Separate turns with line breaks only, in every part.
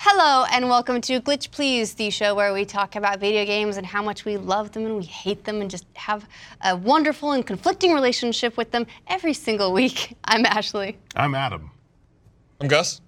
Hello and welcome to Glitch Please, the show where we talk about video games and how much we love them and we hate them and just have a wonderful and conflicting relationship with them every single week. I'm Ashley.
I'm Adam.
I'm Gus.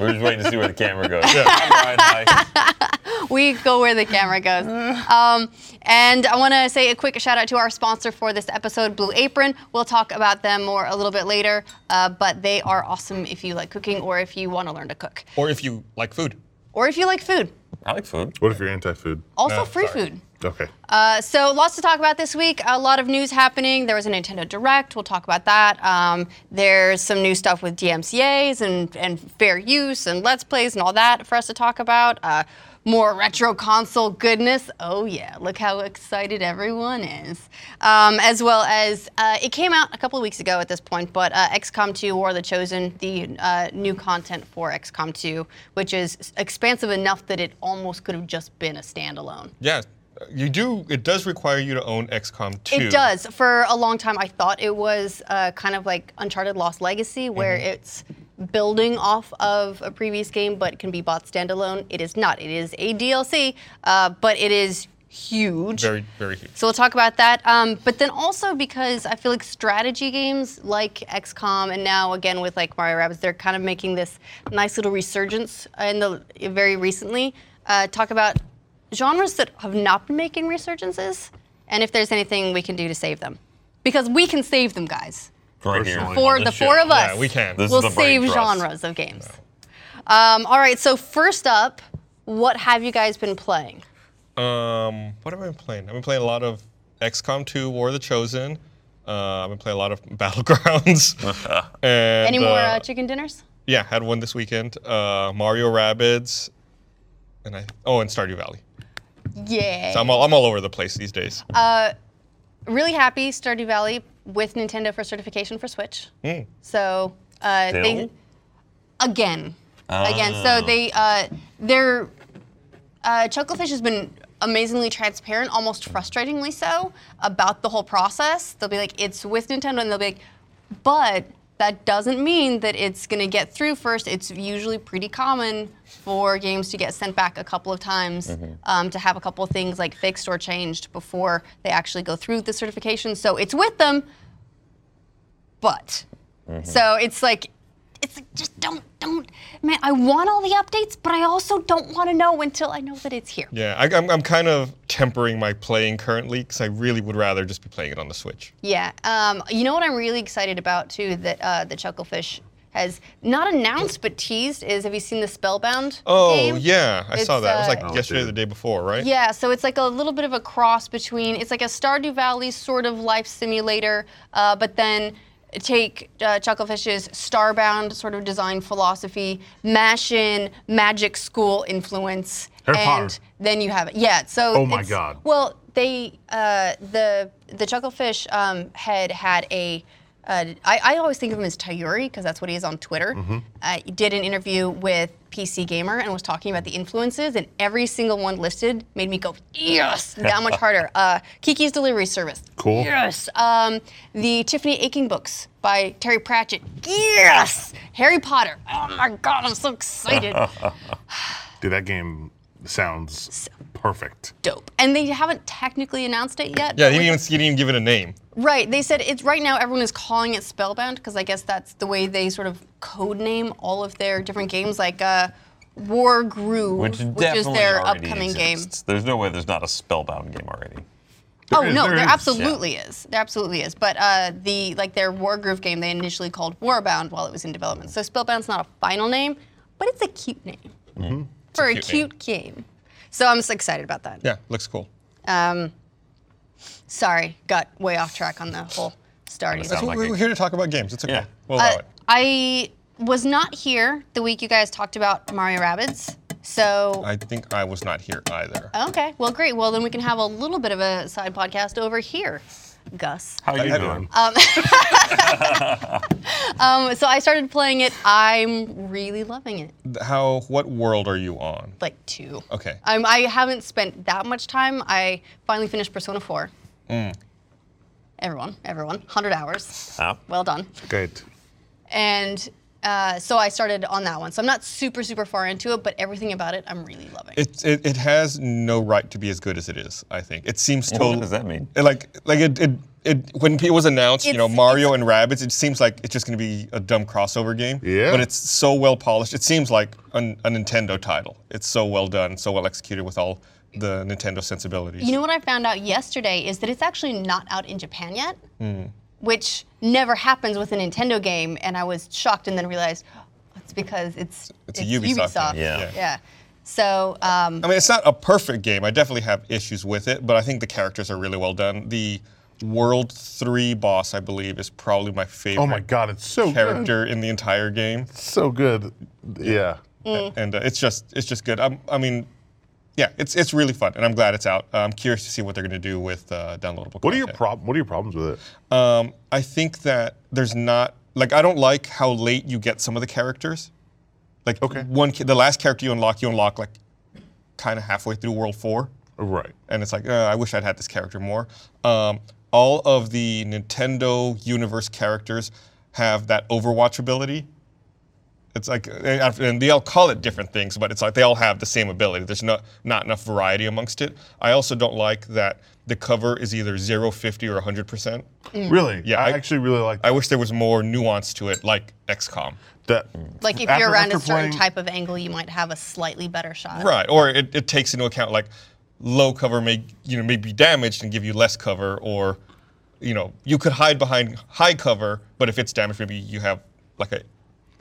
We're just waiting to see where the camera goes.
Yeah.
I'm Ryan High.
We go where the camera goes. Um, and I want to say a quick shout out to our sponsor for this episode, Blue Apron. We'll talk about them more a little bit later, uh, but they are awesome if you like cooking or if you want to learn to cook
Or if you like food.
or if you like food.
I like food.
What if you're anti-food?
Also,
No,
free
sorry.
food.
Okay.
Oh. Uh, so lots to talk about this week. A lot of news happening. There was a Nintendo Direct. We'll talk about that. Um, there's some new stuff with DMCA's and, and fair use and Let's Plays and all that for us to talk about. Uh, more retro console goodness. Oh yeah, look how excited everyone is. Um, as well as uh, it came out a couple of weeks ago at this point, but uh, XCOM 2 War of the Chosen, the uh, new content for XCOM 2, which is expansive enough that it almost could have just been a standalone.
Yeah. You do. It does require you to own XCOM 2.
It does. For a long time, I thought it was uh, kind of like Uncharted Lost Legacy, where it's building off of a previous game, but can be bought standalone. It is not. It is a DLC, uh, but it is huge.
Very, very huge.
So we'll talk about that. Um, but then also because I feel like strategy games like XCOM and now again with like Mario Rabbids, they're kind of making this nice little resurgence in the very recently. Uh, talk about genres that have not been making resurgences, and if there's anything we can do to save them, because we can save them, guys.
Right here.
Personally.
For
on
the
this
four
show.
of us,
Yeah, we can.
This is
we'll
the brain
save
trust.
genres of games. Um, all right. So first up, what have you guys been playing?
Um, what have I been playing? I've been playing a lot of XCOM 2, War of the Chosen. Uh, I've been playing a lot of Battlegrounds. and,
Any more
uh,
uh, chicken dinners?
yeah, had one this weekend. Uh, Mario Rabbids, and I. Oh, and Stardew Valley.
Yeah.
So I'm all, I'm all over the place these days.
really happy Stardew Valley with Nintendo for certification for Switch. So uh, they
Still?
again, again. So they uh, their uh, Chocofish has been amazingly transparent, almost frustratingly so, about the whole process. They'll be like, it's with Nintendo, and they'll be like, but that doesn't mean that it's going to get through first. It's usually pretty common for games to get sent back a couple of times um, to have a couple of things like fixed or changed before they actually go through the certification. So it's with them, but so it's like it's like just don't don't man i want all the updates but i also don't want to know until i know that it's here
yeah, I, I'm, I'm kind of tempering my playing currently because I really would rather just be playing it on the Switch.
yeah um, you know what i'm really excited about too that uh, the chucklefish has not announced but teased is have you seen the spellbound
Oh
game?
yeah, I saw
It's,
that. it was
uh,
like
Oh,
yesterday, or
dude.
the day before, right?
Yeah, so it's like a little bit of a cross between it's like a Stardew Valley sort of life simulator, uh, but then take uh, Chucklefish's Starbound sort of design philosophy, mash in Magic School influence,
Harry Potter.
and then you have it. Yeah, so
Oh my
it's-
God.
Well, they uh, the the Chucklefish um, had had a. Uh, I, I always think of him as Tayuri because that's what he is on Twitter.
Mm-hmm.
Uh, he did an interview with PC Gamer and was talking about the influences, and every single one listed made me go yes that much harder. Uh, Kiki's Delivery Service,
Cool.
yes. Um, the Tiffany Aching books by Terry Pratchett, yes. Harry Potter, oh my god, I'm so excited.
Dude, that game sounds perfect.
Dope. And they haven't technically announced it yet.
Yeah,
but
he
we-
didn't even he didn't even give it a name.
Right. They said it's right now everyone is calling it Spellbound because I guess that's the way they sort of code name all of their different games, like uh, War Groove,
Which,
which, is
definitely
their
already
upcoming
exists. There's no way there's not a spellbound game already.
game.
There
oh
is-
no,
there
there,
is.
absolutely is. There absolutely is. But uh, the like their War Groove game they initially called Warbound while it was in development. So Spellbound's not a final name, but it's a cute name for a
cute
cute, game. So I'm so excited about that.
Yeah, looks cool.
Um, sorry, got way off track on the whole Stardew.
Sounds
So
like
we're
a-
here to talk about games. It's okay.
Yeah.
We'll allow
Uh,
it.
I was not here the week you guys talked about Mario Rabbids. So,
I think I was not here either.
okay, well, great. Well, then we can have a little bit of a side podcast over here, Gus.
How are you
I-
doing?
Um, so, I started playing it. I'm really loving it.
How? What world are you on?
Like, two.
Okay.
Um, I haven't spent that much time. I finally finished Persona 4. Everyone, everyone. 100 hours.
Huh?
Well done.
Great.
And Uh, so I started on that one. So I'm not super, super far into it, but everything about it I'm really loving.
It, it it has no right to be as good as it is. I think it seems totally.
What does that mean?
It, like like it, it it when it was announced, you know,
It's-
Mario and Rabbids, it seems like it's just going to be a dumb crossover game.
Yeah.
But it's so well polished. It seems like an, a Nintendo title. It's so well done, so well executed with all the Nintendo sensibilities.
You know what I found out yesterday is that it's actually not out in Japan yet,
Mm.
which never happens with a Nintendo game. And I was shocked and then realized "Oh, it's because it's,
It's a Ubisoft game,
yeah.
Yeah.
Yeah.
So um,
I mean, it's not a perfect game. I definitely have issues with it, but I think the characters are really well done. The World Three boss, I believe, is probably my favorite
Oh my god, it's so good.
character in the entire game.
So good. Yeah.
and uh, it's just it's just good. i I mean, yeah, it's it's really fun, and I'm glad it's out. Uh, I'm curious to see what they're going to do with uh, downloadable.
What are your
content.
prob- What are your problems with it?
um, I think that there's not like I don't like how late you get some of the characters. Like
Okay.
one, ca- the last character you unlock, you unlock like kind of halfway through World Four
Right.
and it's like uh, I wish I'd had this character more. Um, all of the Nintendo universe characters have that Overwatch ability. It's like, uh, and they all call it different things, but it's like they all have the same ability. There's not not enough variety amongst it. I also don't like that the cover is either 0, 50, or 100 percent.
Mm. Really?
Yeah,
I,
I-
actually really like
I wish there was more nuance to it, like XCOM.
that.
like if
After-
you're around a
after
certain
playing-
type of angle, you might have a slightly better shot.
Right, or it, it takes into account like low cover may you know may be damaged and give you less cover, or you know you could hide behind high cover, but if it's damaged, maybe you have like a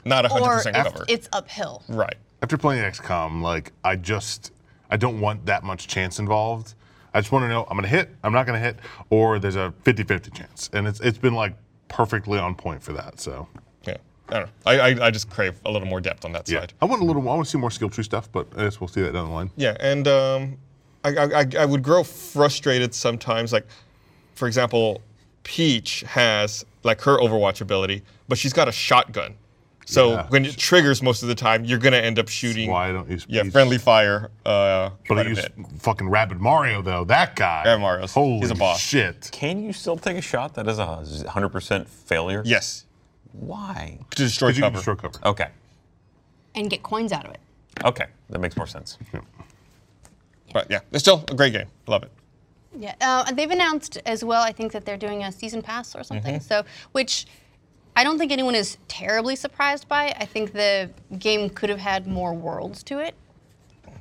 not a hundred
Or
percent
if
cover.
it's uphill.
right,
after playing XCOM, like I just I don't want that much chance involved. I just want to know I'm gonna hit, I'm not gonna hit, or there's a 50-50 chance. And it's it's been like perfectly on point for that. So
yeah. I don't know. I, I I just crave a little more depth on that
yeah.
side.
I want a little I want to see more skill tree stuff, but I guess we'll see that down the line.
Yeah, and um, I, I, I- I would grow frustrated sometimes. Like, for example, Peach has like her Overwatch ability, but she's got a shotgun. So
Yeah.
when it triggers most of the time, you're gonna end up shooting.
Why I don't use
Yeah,
Peach.
friendly fire. Uh,
But I
quite a
use
bit.
fucking Rapid Mario though. That guy.
Rapid Mario's-
Holy
he's a boss.
shit.
Can you still take a shot that is a 100% failure?
Yes,
Why?
to destroy
'Cause you
cover. Oh.
can destroy cover.
Okay.
And get coins out of it.
Okay. That makes more sense.
But yeah, it's still a great game. Love it.
Yeah, uh, they've announced as well. I think that they're doing a season pass or something.
Mm-hmm.
So, which I don't think anyone is terribly surprised by. I think the game could have had more worlds to it.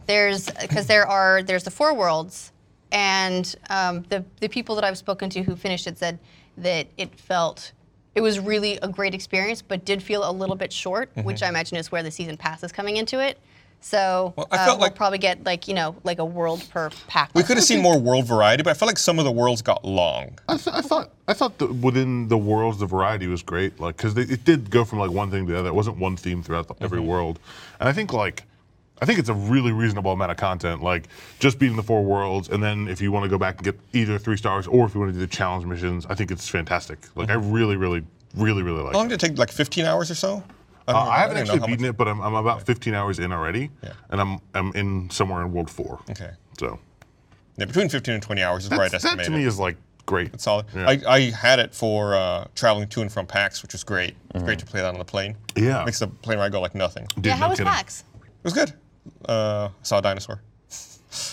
There's because there are there's the four worlds, and um, the the people that I've spoken to who finished it said that it felt it was really a great experience, but did feel a little bit short,
Mm-hmm.
which I imagine is where the season pass is coming into it. So
Well, I
uh,
felt
we'll
like-
probably get like you know like a world per pack.
We could have seen more world variety, but I felt like some of the worlds got long.
I, th- I thought I thought the, within the worlds the variety was great, like because it did go from like one thing to the other. It wasn't one theme throughout the, every
Mm-hmm.
world, and I think like I think it's a really reasonable amount of content. Like just beating the four worlds, and then if you want to go back and get either three stars or if you want to do the challenge missions, I think it's fantastic. Like
Mm-hmm.
I really, really, really, really like.
How long
it.
did it take? Like 15 hours or so?
Uh,
don't know-
I haven't
don't know
actually
how much-
beaten it, but I'm, I'm about 15 hours in already, and I'm I'm in somewhere in world four.
Okay.
so
Yeah, between 15 and 20 hours is where I'd
that's, that
estimate
to
it.
me is like great.
It's solid.
Yeah.
I, I had it for uh, traveling to and from PAX, which was great. It's Great to play that on the plane.
Mm-hmm. Yeah.
Makes the plane ride go like nothing. It
Dude,
yeah, how
no
was
kidding.
PAX?
was good. Uh, saw a dinosaur.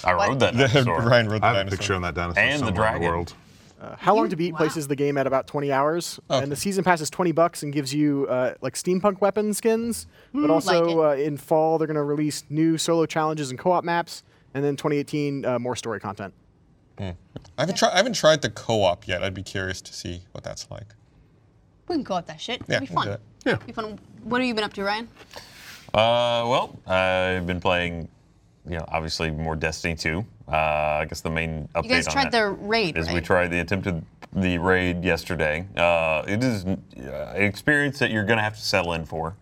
I rode that dinosaur.
Ryan rode the
I have a
dinosaur.
picture on that dinosaur
And the
somewhere in the
dragon.
world.
Uh, How long to beat places the game at about 20 hours, and the season pass is 20 bucks and gives you uh, like steampunk weapon skins. But also uh, in fall they're going to release new solo challenges and co-op maps, and then 2018 uh, more story content.
I haven't, tri- I haven't tried the co-op yet. I'd be curious to see what that's like.
We can go at that shit.
Yeah,
It'll be
we'll
fun.
do it.
Yeah.
Be fun. What have you been up to, Ryan?
Uh, well, I've been playing, you know, obviously more Destiny 2. Uh, I guess the main update
You guys
on
tried
that
the raid,
is
right?
we tried the attempted the raid yesterday. Uh, it is uh, an experience that you're going to have to settle in for.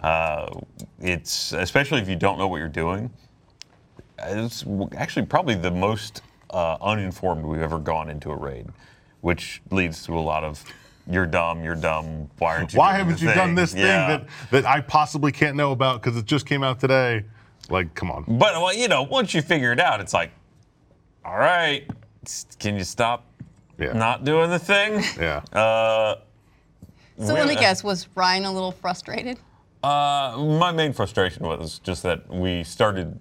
Uh, it's especially if you don't know what you're doing. It's w- actually probably the most uh, uninformed we've ever gone into a raid, which leads to a lot of "you're dumb, you're dumb, why aren't you?"
Why
doing
haven't
this
you done this
Yeah.
thing that, that I possibly can't know about because it just came out today? Like, come on.
But well, you know, once you figure it out, it's like, all right, s- can you stop
Yeah.
not uh, doing the thing?
Yeah.
so let me
yeah.
guess, was Ryan a little frustrated?
Uh, my main frustration was just that we started.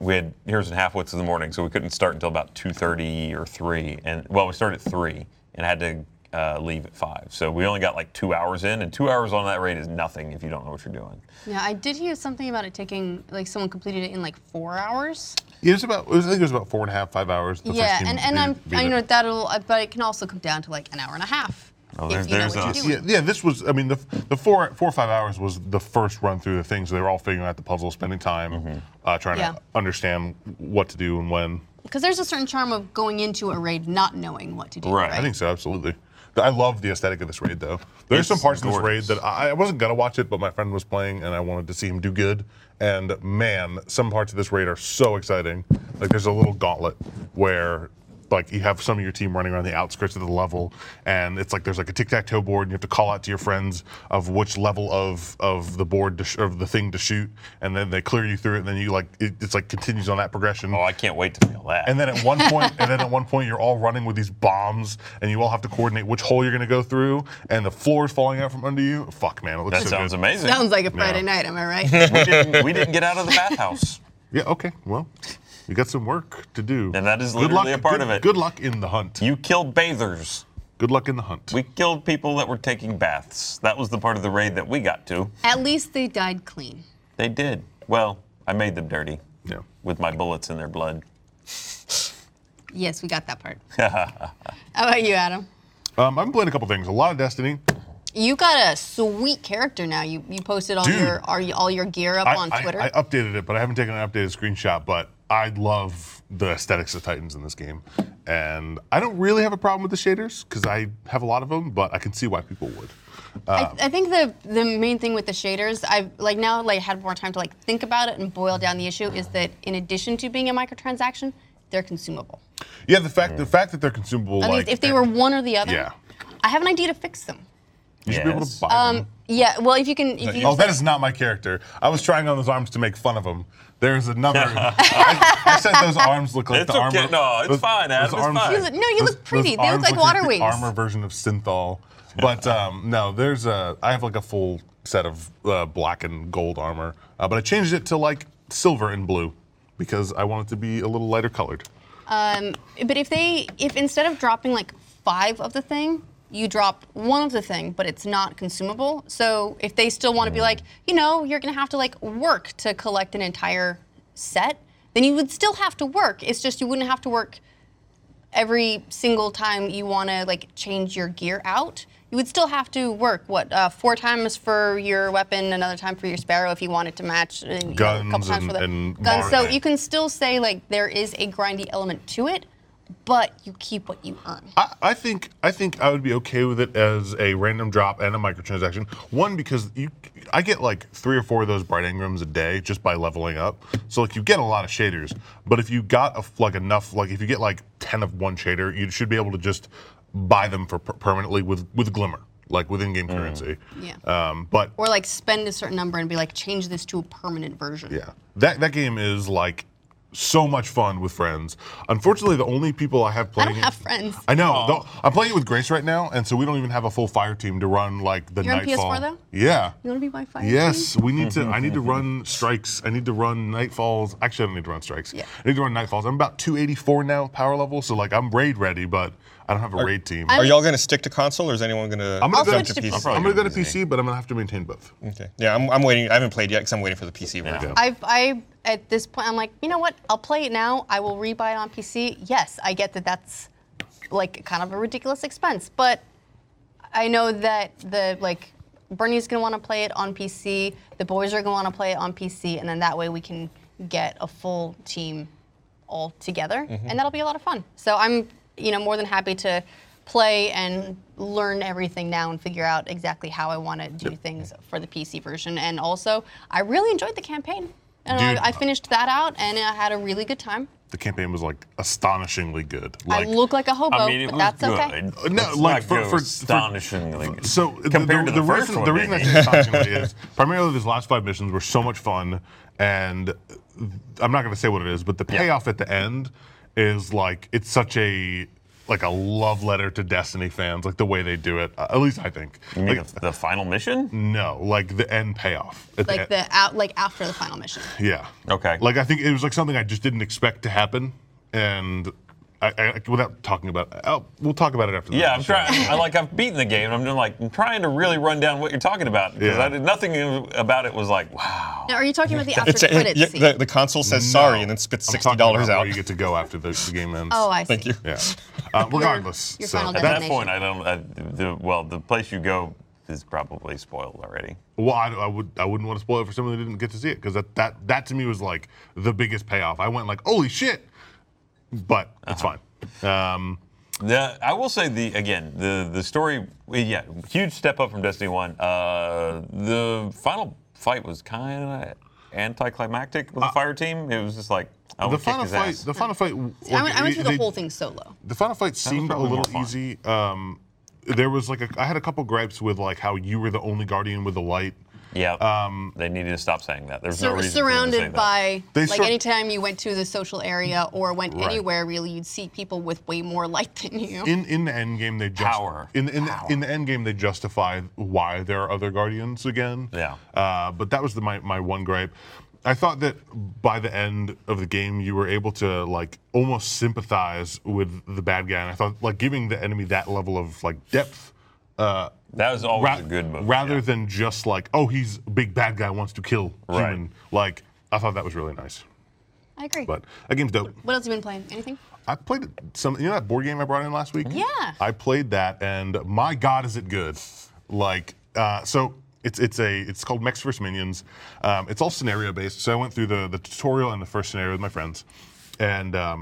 We had here's and halfwits in the morning, so we couldn't start until about two thirty or three. And well, we started at three and had to uh, leave at five. So we only got like two hours in, and two hours on that rate is nothing if you don't know what you're doing.
Yeah, I did hear something about it taking like someone completed it in like four hours.
Yeah, it's about. I think it was about four and a half, five hours. The
yeah,
first team
and, and
beat-
I'm
beat
I
it.
know that'll uh, but it can also come down to like an hour and a half.
Oh,
if
there-
you know
there's
what you're
us.
doing.
Yeah, yeah, this was. I mean, the the four four or five hours was the first run through the thing, so they were all figuring out the puzzle, spending time uh, trying
Yeah.
to understand what to do and when.
Because there's a certain charm of going into a raid not knowing what to do.
Right.
Right.
I think so, absolutely. But I love the aesthetic of this raid, though. There's some
It's
parts of this raid
gorgeous.
that I, I wasn't gonna watch it, but my friend was playing, and I wanted to see him do good. And man, some parts of this raid are so exciting. Like there's a little gauntlet where. Like you have some of your team running around the outskirts of the level, and it's like there's like a tic-tac-toe board, and you have to call out to your friends of which level of of the board to sh- of the thing to shoot, and then they clear you through it, and then you like it, it's like continues on that progression.
Oh, I can't wait to feel that.
And then at one point, and then at one point, you're all running with these bombs, and you all have to coordinate which hole you're going to go through, and the floor is falling out from under you. Fuck, man, it looks
that
so
sounds
good.
amazing.
Sounds like a Friday
Yeah.
night, am I right?
we, didn't, we didn't get out of the bathhouse.
Yeah. Okay. Well, you got some work to do,
And that is
Good
literally
luck-
a part
good-
of it.
Good luck in the hunt.
You killed bathers.
Good luck in the hunt.
We killed people that were taking baths. That was the part of the raid that we got to.
At least they died clean.
They did. Well, I made them dirty
yeah.
with my bullets in their blood.
Yes, we got that part. How about you, Adam?
Um, I'm playing a couple things. A lot of Destiny.
You got a sweet character now. You you posted all
Dude.
your are you, all your gear up
I,
on
I-
Twitter.
I uh, updated it, but I haven't taken an updated screenshot. But I love the aesthetics of Titans in this game, and I don't really have a problem with the shaders because I have a lot of them. But I can see why people would.
I,
uh,
I think the the main thing with the shaders, I've like now like had more time to like think about it and boil down the issue is that in addition to being a microtransaction, they're consumable.
Yeah, the fact
Mm.
the fact that they're consumable.
At
like,
least if they were one or the other,
Yeah.
I have an idea to fix them.
You should be able
Yes.
to buy them.
Um, yeah, well if you can if
That
you
you-
Oh, that is not my character. I was trying on those arms to make fun of him. There's another. I, I said those arms look like
It's
the
okay.
armor.
No, it's fine, Adam, it's fine. You
look- no, you look pretty. They look
arms
like water
the
wings.
Armor version of synthol. But um, no, there's a. I have like a full set of uh, black and gold armor, uh, but I changed it to like silver and blue because I want it to be a little lighter colored.
Um, but if they, if instead of dropping like five of the thing, you drop one of the thing, but it's not consumable. So if they still want to be like, you know, you're gonna have to like work to collect an entire set, then you would still have to work. It's just you wouldn't have to work every single time you want to like change your gear out. You would still have to work what uh, four times for your weapon, another time for your sparrow if you wanted to match. uh, you know, a couple
Guns
times for
and-
the-
and
guns. So
Marlin.
you can still say like there is a grindy element to it, but you keep what you earn.
I, I think I think I would be okay with it as a random drop and a microtransaction. One because you, I get like three or four of those bright engrams a day just by leveling up. So like you get a lot of shaders, but if you got a, like enough, like if you get like ten of one shader, you should be able to just buy them for per- permanently with with glimmer, like with in-game currency.
Yeah.
Um, but
Or like spend a certain number and be like change this to a permanent version.
yeah. That that game is like so much fun with friends. Unfortunately, the only people I
I
have playing
don't
it-
have friends.
I know. though- I'm playing it with Grace right now, and so we don't even have a full fire team to run like the
You're on
nightfall.
PS4 though?
Yeah.
You want to be my fire?
Yes, we need to. I need to run strikes. I need to run nightfalls. Actually, I don't need to run strikes.
Yeah.
I need to run nightfalls. I'm about 284 now power level, so like I'm raid ready, but I don't have a raid team.
Are y'all going to stick to console, or is anyone going to?
I'm gonna
I'll
go
switch to PC.
I'm gonna go to
PC.
PC, but I'm gonna have to maintain both.
Okay. Yeah, I'm, I'm waiting. I haven't played yet because I'm waiting for the PC version.
I've, I at this point I'm like, you know what? I'll play it now. I will rebuy it on PC. Yes, I get that that's like kind of a ridiculous expense, but I know that the like Bernie's gonna want to play it on PC. The boys are gonna want to play it on PC, and then that way we can get a full team all together,
Mm-hmm.
and that'll be a lot of fun. So I'm you know more than happy to play and learn everything now and figure out exactly how I want to do things for the PC version. And also, I really enjoyed the campaign. And
Dude.
I, I finished that out, and I had a really good time.
The campaign was like astononishingly good.
I look like a hobo,
I mean, it
but
was
that's
good.
okay.
Uh, no,
Let's
like,
not
for-
go
for- for-
astonishingly. good.
So
compared
the,
to the, first
reason,
one,
the reason I
maybe.
say astonishingly is primarily these last five missions were so much fun, and I'm not going to say what it is, but the payoff at the end is like it's such a like a love letter to Destiny fans, like the way they do it. Uh, at least I think.
You mean
Like,
the- the final mission?
no, like the end payoff. At
Like
the,
the out, like after the final mission.
the yeah.
Okay.
Like I think it was like something I just didn't expect to happen, and I, I without talking about, I'll, we'll talk about it after. the
Yeah, I'm
show.
trying. I like I've beaten the game. and I'm doing like I'm trying to really run down what you're talking about because
Yeah.
I did nothing about it was like wow.
Now, are you talking about the after
It's a-
credits
yeah,
scene?
the, the console says sorry and then spits
I'm
sixty
talking
dollars
about
out.
Where you get to go after the, the game ends.
oh, I see.
Thank you.
Yeah. Uh, regardless.
your
so
final
that-
At that
Destination.
point, I don't. I, the, well, the place you go is probably spoiled already.
well, I, I would I wouldn't want to spoil it for someone that didn't get to see it because that, that that to me was like the biggest payoff. I went like, holy shit, but it's
Uh-huh.
fine. Um,
The, I will say the again the the story yeah huge step up from Destiny One. Uh, the final fight was kind of anticlimactic with the fire team. It was just like I
Uh, the
would kick
final
his
fight.
ass.
The final fight.
I went, I went through the
they-
whole thing solo.
The final fight seemed a
probably more
little
fun.
easy. Um, there was like a, I had a couple gripes with like how you were the only guardian with the light.
yeah,
um,
they needed to stop saying that. There's no
Sur-
reason for them to say
surrounded
that.
by
They
like
sur-
anytime you went to the social area or went
Right.
anywhere really you'd see people with way more light than you
In in the end game, they just
Power.
in in
Power.
in the end game they justify why there are other guardians again.
Yeah.
Uh, but that was the, my my one gripe. I thought that by the end of the game, you were able to like almost sympathize with the bad guy, and I thought like giving the enemy that level of like depth. Uh,
that was always
ra-
a good move.
rather
yeah.
than just like, oh, he's a big bad guy wants to kill
Right.
human. Like, I thought that was really nice.
i agree
But that game's dope.
what else you been playing anything
I played some. You know that board game I brought in last week?
Yeah.
I played that, and my God, is it good! Like, uh, so it's it's a it's called Mechs vs Minions. Um, it's all scenario based. So I went through the the tutorial and the first scenario with my friends, and um,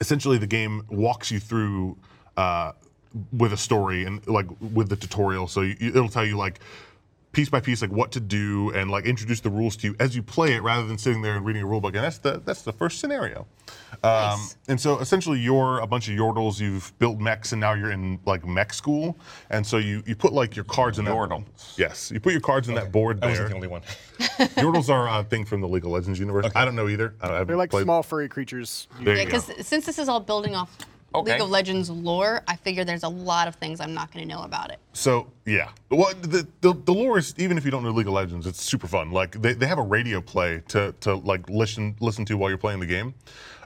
essentially the game walks you through uh, with a story and like with the tutorial. So you, it'll tell you like piece by piece like what to do and like introduce the rules to you as you play it rather than sitting there and reading a rule book. And that's the that's the first scenario. Um,
Nice.
and so essentially, you're a bunch of yordles. You've built mechs, and now you're in like mech school. And so you, you put like your cards in
Yordle.
that. Yes, you put your cards in that board
I wasn't
there.
the only one.
yordles are a thing from the League of Legends universe. I don't know either. I haven't
They're like
played.
small furry creatures.
There
yeah
you go.
because since this is all building off
Okay.
league of legends lore i figure there's a lot of things i'm not going to know about it
So yeah, well, the, the the lore is even if you don't know League of Legends, it's super fun. Like they, they have a radio play to to like listen listen to while you're playing the game,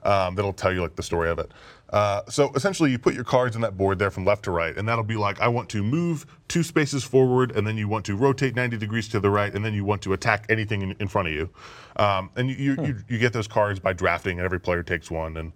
um, that'll tell you like the story of it. Uh, so essentially, you put your cards on that board there from left to right, and that'll be like I want to move two spaces forward, and then you want to rotate 90 degrees to the right, and then you want to attack anything in, in front of you. Um, and you you, you you get those cards by drafting, and every player takes one and.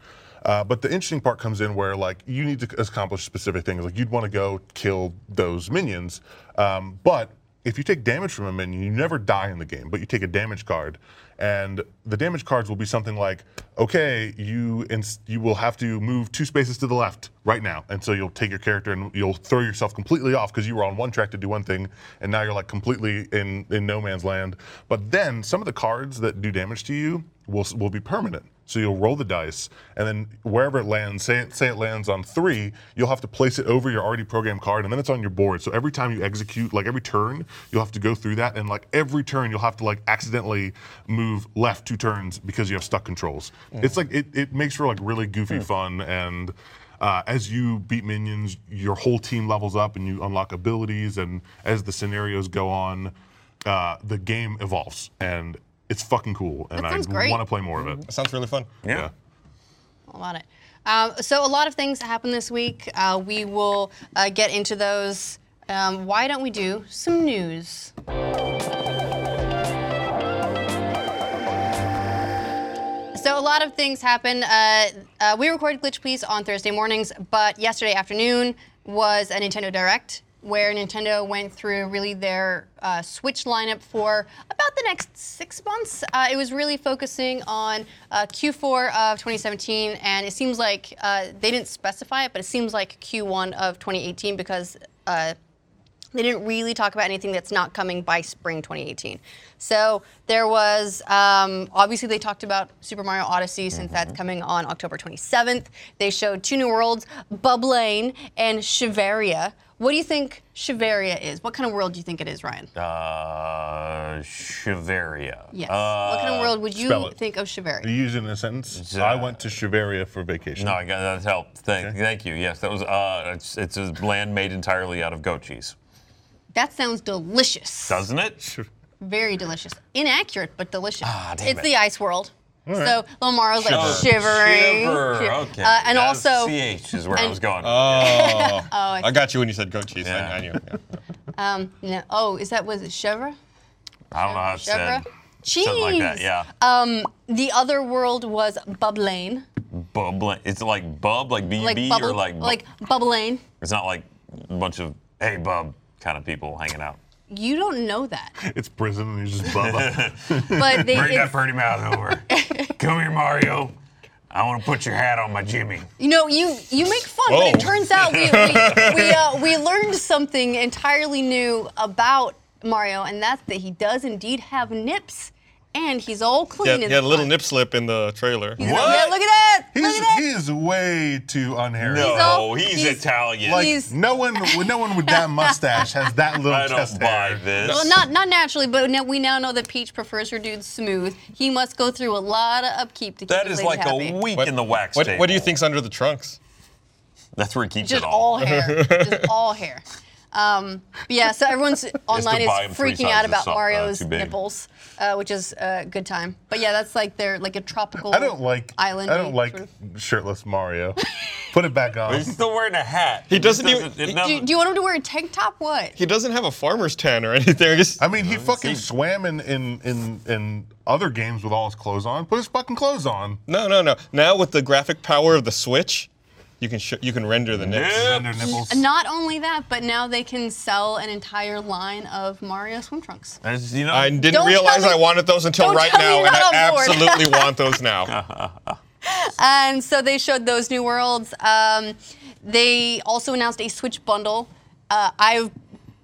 Uh, but the interesting part comes in where like you need to accomplish specific things. Like you'd want to go kill those minions, um, but if you take damage from a minion, you never die in the game, but you take a damage card, and the damage cards will be something like, okay, you ins- you will have to move two spaces to the left right now, and so you'll take your character and you'll throw yourself completely off because you were on one track to do one thing, and now you're like completely in in no man's land. But then some of the cards that do damage to you will s- will be permanent. So you'll roll the dice, and then wherever it lands, say it, say it lands on three, you'll have to place it over your already programmed card, and then it's on your board. So every time you execute, like every turn, you'll have to go through that, and like every turn, you'll have to like accidentally move left two turns because you have stuck controls.
Mm.
It's like it, it makes for like really goofy
Hmm.
fun, and uh, as you beat minions, your whole team levels up, and you unlock abilities, and as the scenarios go on, uh, the game evolves, and it's fucking cool, and
That
I
sounds great.
want to play more of it.
That sounds really fun.
Oh,
yeah.
All about it um, so a lot of things happened this week uh, we will uh, get into those um, why don't we do some news So a lot of things happened. Uh, uh, we recorded Glitch Please on Thursday mornings, but yesterday afternoon was a Nintendo Direct where Nintendo went through really their uh, Switch lineup for about the next six months. Uh, it was really focusing on uh, Q4 of 2017, and it seems like uh, they didn't specify it, but it seems like Q1 of 2018 because. Uh, they didn't really talk about anything that's not coming by spring 2018. So there was um, obviously they talked about Super Mario Odyssey since
Mm-hmm.
that's coming on October 27th. They showed two new worlds, Bub Lane and Shiveria, What do you think Shiveria is? What kind of world do you think it is, Ryan?
Uh, Shiveria.
yes.
Uh,
what kind of world would
spell
you
it.
think of Shiveria?
You use it in a sentence.
uh,
I went to Shiveria for vacation.
No, I got that help. Thank, thank you. Yes, that was. Uh, it's, it's a land made entirely out of goat cheese,
That sounds delicious.
doesn't it? Ah,
Very delicious. Inaccurate, but delicious.
damn
it's
it.
the ice world. So Lomaro's like
Shiver.
shivering.
Oh, Shiver.
Shiver.
Okay.
Uh, and
That's
also,
ch is where I
and-
was going.
Oh,
I
I, got you when you said goat cheese. I-
Yeah.
I, knew. yeah.
um, no, oh, is that was it Chevra?
I don't know how it's said.
Chevra. Cheese.
Something like that. Yeah.
Um, the other world was Bub Lane,
Bubbling. It's like bub, like B
like
B,
bubble,
or like bu-
like Bub Lane.
It's not like a bunch of hey bub kind of people hanging out.
You don't know that,
It's prison and you just bubba.
but they,
Bring that
it's-
pretty mouth over. Come here, Mario. I want to put your hat on my Jimmy.
you know, you you make fun. But
Oh.
it
Whoa.
turns out we we we, uh, we learned something entirely new about Mario, and that's that he does indeed have nips, and he's all
He
clean.
had,
in
he had a
the
little
front.
nip slip in the trailer.
He's-
What?
Yeah, look at that! look
he's,
at that!
he is way too unhairy.
He's all- he's-
Oh, Italian.
Like
he's-
no one, no one with that mustache has that little
I
chest
don't buy
hair.
this.
Well, not not naturally, but now we now know that Peach prefers her dudes smooth. He must go through a lot of upkeep to keep
that
his
is
lady
like
happy.
a week
What-
in the wax
what,
table.
what do you think's under the trunks?
That's where he keeps
Just
it all.
all hair, just all hair. Um, but yeah, so everyone's online is
buy him three
freaking out
sizes
about
so- uh,
Mario's
too big.
nipples, uh, which is a good time. But yeah, that's like they're like a tropical
I don't like.
island.
I don't like shirtless Mario. Put it back on.
He's still wearing a hat.
He doesn't
It
even-
it
he-
Do,
doesn't-
do you want him to wear a tank top? What?
He doesn't have a farmer's tan or anything. I guess.
I mean, he fucking swam in, in in in other games with all his clothes on. Put his fucking clothes on.
No, no, no. Now with the graphic power of the Switch, you can sh- you can render the nips.
Yeah.
Render nipples.
Not only that, but now they can sell an entire line of Mario swim trunks.
As you know,
I didn't
Don't
realize
tell me-
I wanted those until
don't
right
tell me
now,
you're
and I
not on board.
absolutely want those
Oh,
now.
And so they showed those new worlds. Um, they also announced a Switch bundle. Uh, I've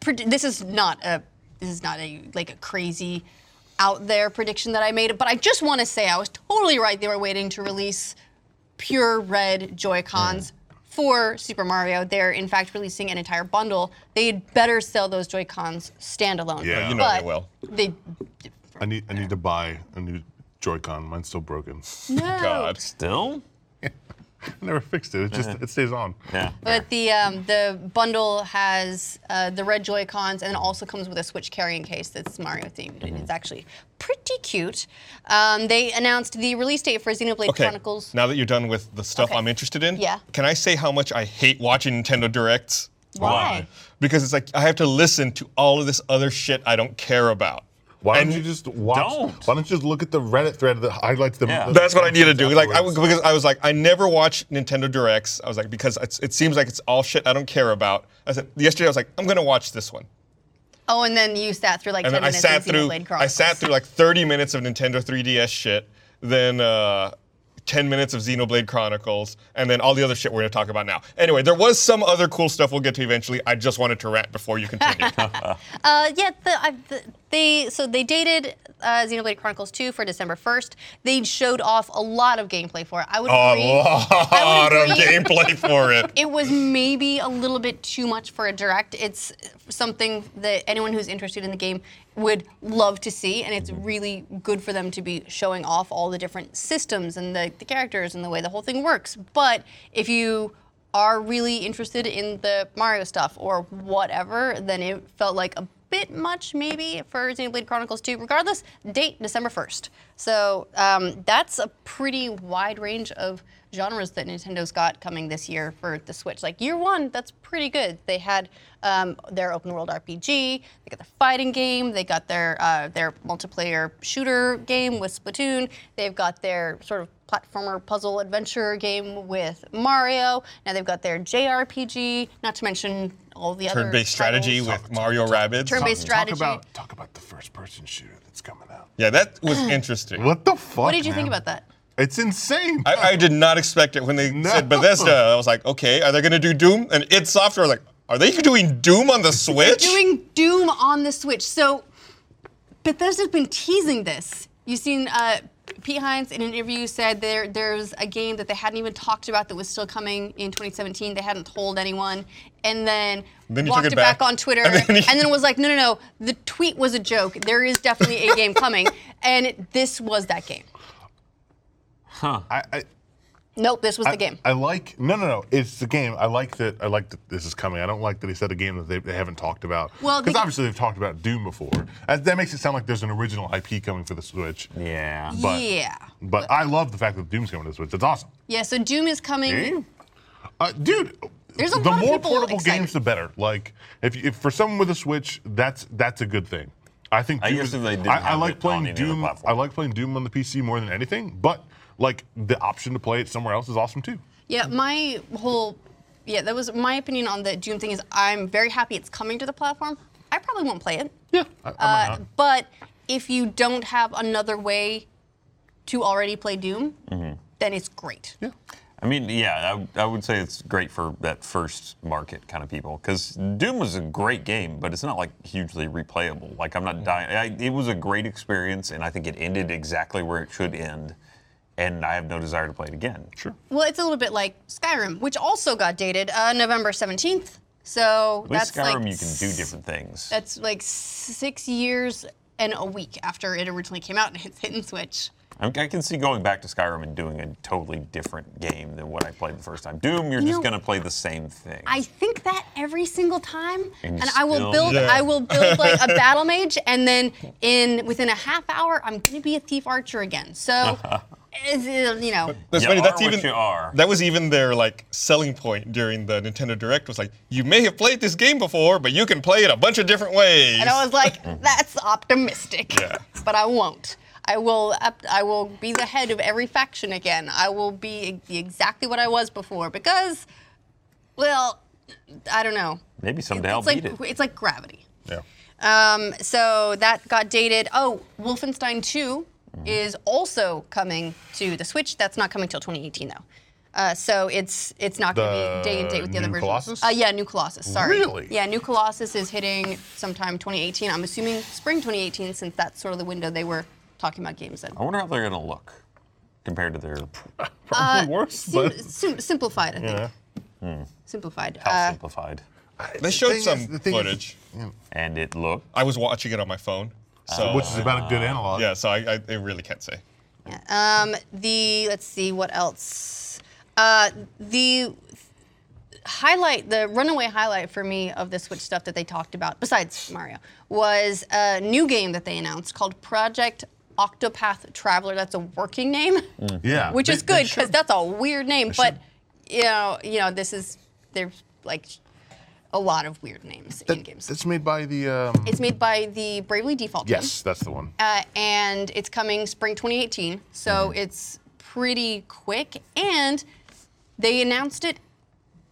pred- this is not a this is not a like a crazy out there prediction that I made, but I just want to say I was totally right. They were waiting to release pure red Joy Cons. For Super Mario, they're in fact releasing an entire bundle. They had better sell those Joy Cons standalone.
Yeah.
You know
but
they will.
They
I need I need to buy a new Joy-Con. Mine's still broken.
no.
God.
still.
I never fixed it. It just it stays on.
Yeah.
But the um, the bundle has uh, the red Joy Cons and it also comes with a Switch carrying case that's Mario themed. and
Mm-hmm.
It's actually pretty cute. Um, they announced the release date for Xenoblade
Okay.
Chronicles.
Now that you're done with the stuff
Okay.
I'm interested in,
Yeah.
can I say how much I hate watching Nintendo Directs?
Why?
Because it's like I have to listen to all of this other shit I don't care about.
Why
And
don't you just watch?
don't.
Why don't you just look at the Reddit thread that highlights the?
Yeah.
the-
That's what I need to do. Like I was,
afterwards.
because I was like, I never watch Nintendo Directs. I was like, because it's, it seems like it's all shit I don't care about. I said yesterday, I was like, I'm gonna watch this one,
Oh, and then you sat through like 10
and then I
minutes
sat
of
through,
Xenoblade Chronicles.
I sat through like 30 minutes of Nintendo 3DS shit, then uh, 10 minutes of Xenoblade Chronicles, and then all the other shit we're gonna talk about now. Anyway, there was some other cool stuff we'll get to eventually. I just wanted to rant before you continue.
Uh, yeah, the, I, the, they so they dated uh, Xenoblade Chronicles 2 for December 1st. They showed off a lot of gameplay for it. I would
a
agree. I
lot
would
of
agree.
gameplay for it.
it was maybe a little bit too much for a direct. It's something that anyone who's interested in the game would love to see, and it's really good for them to be showing off all the different systems and the, the characters and the way the whole thing works. But if you are really interested in the Mario stuff or whatever, then it felt like a bit much maybe for Xenoblade Chronicles 2. Regardless, date December 1st. So um, that's a pretty wide range of genres that Nintendo's got coming this year for the Switch. Like year one, that's pretty good. They had um, their open world RPG, they got the fighting game, they got their uh, their multiplayer shooter game with Splatoon, they've got their sort of platformer puzzle adventure game with Mario. Now they've got their JRPG, not to mention all the other
Turn-based strategy
titles.
with Mario Rabbids.
turn-based
Talk
strategy.
about talk about the first-person shooter that's coming out.
Yeah, that was interesting.
What the fuck?
what did you think
man?
about that?
It's insane.
I, I did not expect it when they
No.
said Bethesda. I was like, okay, are they going to do Doom? And id Software was like, are they doing Doom on the Switch?
doing Doom on the Switch. So Bethesda's been teasing this. You've seen uh, Pete Hines in an interview said there there's a game that they hadn't even talked about that was still coming in 2017. They hadn't told anyone, and then,
Then he
walked
took it
it back.
back.
on Twitter,
And
and
then
then,
he-
was like, no, no, no, the tweet was a joke. There is definitely a game coming, and this was that game.
I, I,
Nope, this was
I,
the game.
I like no, no, no. It's the game. I like that. I like that this is coming. I don't like that he said a game that they, they haven't talked about.
Well,
because
the-
obviously they've talked about Doom before. Uh, That makes it sound like there's an original IP coming for the Switch.
Yeah.
but-
yeah,
But I love the fact that Doom's coming to the Switch. It's awesome.
yeah. So Doom is coming.
Uh, dude,
There's a
the
lot of
more
people
portable
excited.
games, the better. Like, if, if for someone with a Switch, that's that's a good thing. I think.
I
Doom
guess
is-
if they didn't
I, I
have
like
it on
playing
any other
Doom. I
platform.
like playing Doom on the PC more than anything. But like the option to play it somewhere else is awesome too.
Yeah, my whole yeah, that was my opinion on the Doom thing is I'm very happy it's coming to the platform. I probably won't play it.
Yeah, I, I might
Uh,
not.
but if you don't have another way to already play Doom,
Mm-hmm.
then it's great.
Yeah.
I mean, yeah, I, I would say it's great for that first market kind of people because Doom was a great game, but it's not like hugely replayable. Like I'm not dying. I, it was a great experience, and I think it ended exactly where it should end. And I have no desire to play it again. Sure.
Well, it's a little bit like Skyrim, which also got dated uh, November 17th. So
With
that's
Skyrim,
like
you can do different things.
that's like six years and a week after it originally came out and it's hit and switch.
I, I can see going back to Skyrim and doing a totally different game than what I played the first time. Doom, you're just
know,
going to play the same thing.
I think that every single time,
And
and,
you
I
still-
will build.
Yeah.
I will build like a battle mage, and then in within a half hour, I'm gonna be a thief archer again. So, it's, uh, you know,
That's
You
funny. That's
are what
even
you are.
that was even their like selling point during the Nintendo Direct was like, you may have played this game before, but you can play it a bunch of different ways.
and I was like, that's optimistic,
Yeah.
but I won't. I will. up- I will be the head of every faction again. I will be e, exactly what I was before because, well, I don't know.
Maybe someday I'll
It's like
beat it.
it's like gravity.
yeah.
Um, so that got dated. Oh, Wolfenstein 2 is also coming to the Switch. That's not coming till 2018 though. Uh, so it's it's not going to be day and date with the
The
other
new
versions.
Colossus?
Uh, yeah, New Colossus. Sorry.
Really?
Yeah, New Colossus is hitting sometime 2018. I'm assuming spring 2018 since that's sort of the window they were talking about games in.
I wonder how they're going to look compared to their
Uh,
Probably worse,
Sim-
but
sim- simplified, I think. Simplified.
how
Uh,
simplified.
They
thing
showed
is-
some
the thing is-
footage.
And it looked
I was watching it on my phone, so
Ah. which is about a good analog.
yeah. So I, I, I really can't say.
Yeah. Um, the let's see what else. Uh, the highlight, the runaway highlight for me of the Switch stuff that they talked about, besides Mario, was a new game that they announced called Project Octopath Traveler. That's a working name,
Yeah,
which
they-
is
they
good because
showed-
that's a weird name. But you know, you know, this is there's like a lot of weird names in games.
It's made by the. Um,
It's made by the Bravely Default. team.
yes, that's the one.
Uh, and it's coming spring 2018, so
Mm-hmm.
it's pretty quick. And they announced it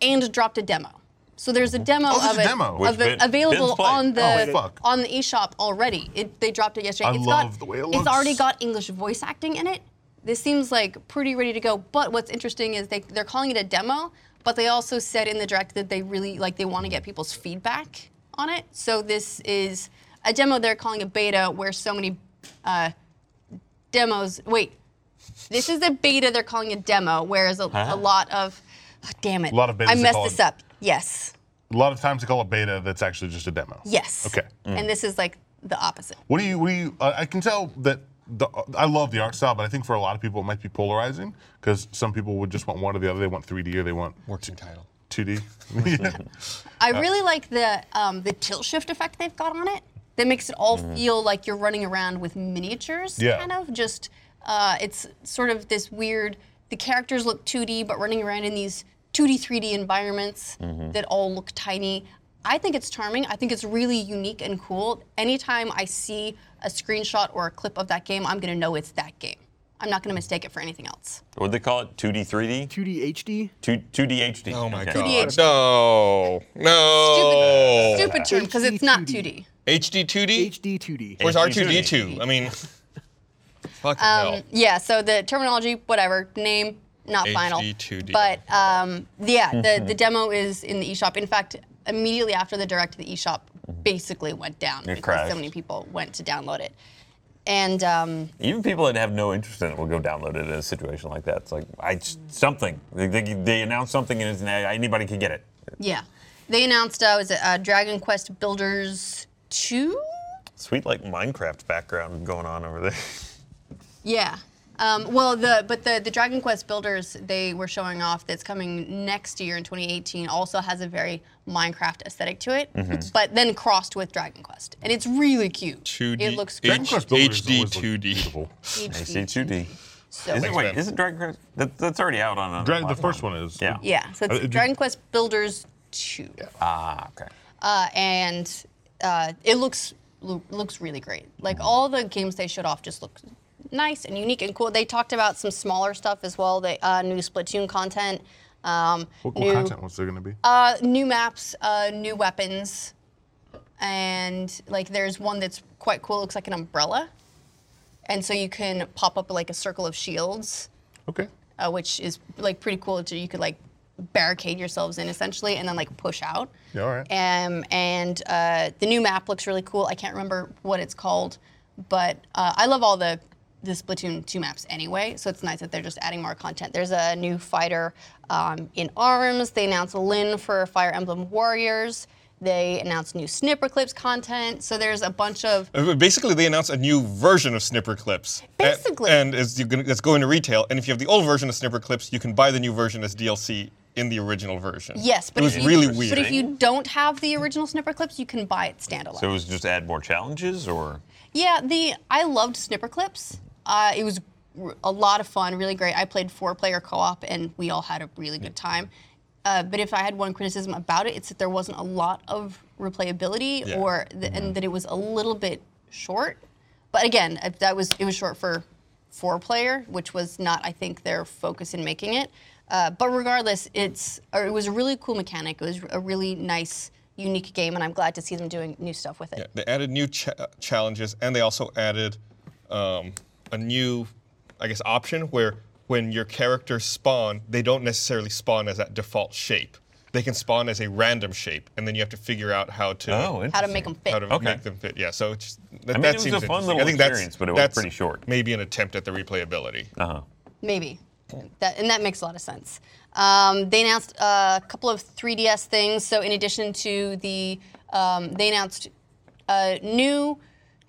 and dropped a demo. So there's a demo
Oh, there's
of
a
it
demo.
of
Which
it
Ben- Ben's
available
playing.
on
Oh,
the
fuck.
on the eShop already. It, they dropped it yesterday.
I
It's
love
got,
the way it
It's
looks.
already got English voice acting in it. This seems like pretty ready to go. But what's interesting is they they're calling it a demo, but they also said in the direct that they really like they want to get people's feedback on it. So this is a demo they're calling a beta where so many uh, demos. Wait, this is a beta they're calling a demo, whereas a, a lot of oh, damn it,
A lot of betas
I
they
messed
call
this
it-
up. Yes,
A lot of times they call it beta. That's actually just a demo.
yes.
Okay. Mm.
And this is like the opposite.
What do you? What do you? I I can tell that the I love the art style, but I think for a lot of people it might be polarizing because some people would just want one or the other. They want 3D or they want
Working title.
2D. Yeah.
I really like the um, the tilt shift effect they've got on it. That makes it all feel like you're running around with miniatures,
Yeah.
kind of. Just uh, it's sort of this weird. The characters look 2D, but running around in these 2D, 3D environments that all look tiny. I think it's charming. I think it's really unique and cool. Anytime I see a screenshot or a clip of that game, I'm gonna know it's that game. I'm not gonna mistake it for anything else.
What would they call it? 2D, 3D?
2D HD.
2, 2D HD.
Oh my
Okay.
god.
2D.
No. No.
Stupid term because it's not 2D.
HD 2D.
HD 2D.
Where's
HD2D?
R2D2? I mean, fucking hell.
Um, Yeah, so the terminology, whatever, name, not final.
HD2D.
But um, yeah, the, the demo is in the eShop. In fact, immediately after the direct, the eShop basically went down because
crashed.
so many people went to download it. And um,
Even people that have no interest in it will go download it in a situation like that. It's like I just- something. They, they, they announce something and it's, anybody can get it.
yeah, they announced uh, was it uh, Dragon Quest Builders two?
Sweet like Minecraft background going on over there.
Yeah. Um, well, the but the the Dragon Quest Builders they were showing off that's coming next year in 2018 also has a very Minecraft aesthetic to it, but then crossed with Dragon Quest, and it's really cute.
2D.
It looks great.
H-
Quest Builders
HD
always look
2D.
beautiful.
I
HD.
see 2D.
So-
Isn't, wait,
man.
isn't Dragon Quest? That, that's already out on. another
Dragon, the
platform.
first one is.
Yeah.
yeah, so
Uh,
it's
it-
Dragon Quest Builders two,
Ah, okay.
uh, and uh, it looks loo- looks really great. Like all the games they showed off just look nice and unique and cool. They talked about some smaller stuff as well. They uh, new Splatoon content. Um,
What,
new-
what content was there going to be?
Uh, new maps, uh, new weapons, and like there's one that's quite cool. Looks like an umbrella, and so you can pop up like a circle of shields,
okay.
uh, which is like pretty cool. So you could like barricade yourselves in essentially, and then like push out.
Yeah, all right.
Um, and uh, the new map looks really cool. I can't remember what it's called, but uh, I love all the the Splatoon 2 maps anyway, so it's nice that they're just adding more content. There's a new fighter um, in arms. They announced Lynn for Fire Emblem Warriors. They announced new Snipper Clips content. So there's a bunch of
Uh, Basically, they announced a new version of Snipper Clips. A-
Basically.
And, it's, you're gonna, it's going to retail. And if you have the old version of Snipper Clips, you can buy the new version as DLC in the original version.
yes, but
it was
if you,
really
but
weird.
if you don't have the original Snipper Clips, you can buy it standalone.
So it was just add more challenges, or
Yeah, the I loved Snipper Clips. Uh, it was r- a lot of fun, really great. I played four-player co-op, and we all had a really good time. Uh, but if I had one criticism about it, it's that there wasn't a lot of replayability,
Yeah. Mm-hmm.
or th- and that it was a little bit short. But again, uh, that was it was short for four-player, which was not, I think, their focus in making it. Uh, but regardless, it's or it was a really cool mechanic. It was a really nice, unique game, and I'm glad to see them doing new stuff with it.
They added new ch- challenges, and they also added um, a new, I guess, option where when your characters spawn, they don't necessarily spawn as that default shape. They can spawn as a random shape, and then you have to figure out how to
How to make them fit?
how to
Okay.
make them fit. Yeah, so it's, that,
I mean,
that
it was
seems
a fun
interesting.
little
I think that's-
experience, but it was
that's
pretty short.
Maybe an attempt at the replayability.
Uh-huh.
Maybe. That, and that makes a lot of sense. Um, they announced a couple of 3DS things. So, in addition to the, um, they announced a new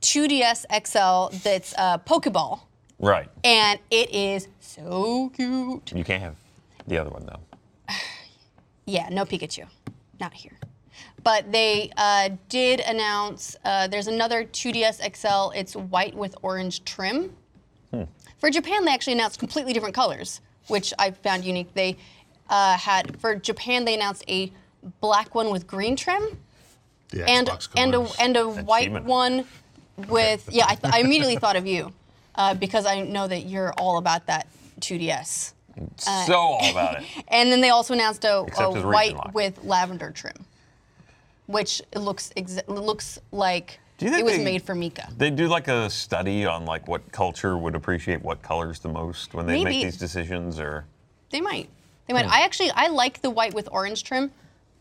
2DS XL that's a Pokeball,
right?
and it is so cute.
You can't have the other one though.
Yeah, no Pikachu. Not here. But they uh, did announce uh, there's another 2DS XL. It's white with orange trim.
Hmm.
For Japan, they actually announced completely different colors, which I found unique. They uh, had, for Japan, they announced a black one with green trim
The
and
Xbox
and a
colors.
and a white
Demon.
one with yeah. I, th- I immediately thought of you uh, because I know that you're all about that 2DS.
so all about it.
And then they also announced a,
Except
a
it's region
white
locked.
with lavender trim, which it looks exa- looks like
Do you think
it was
they-
made for Mika.
They do like a study on like what culture would appreciate what colors the most when they make
Maybe.
these decisions, or
They might. They might. I actually I like the white with orange trim,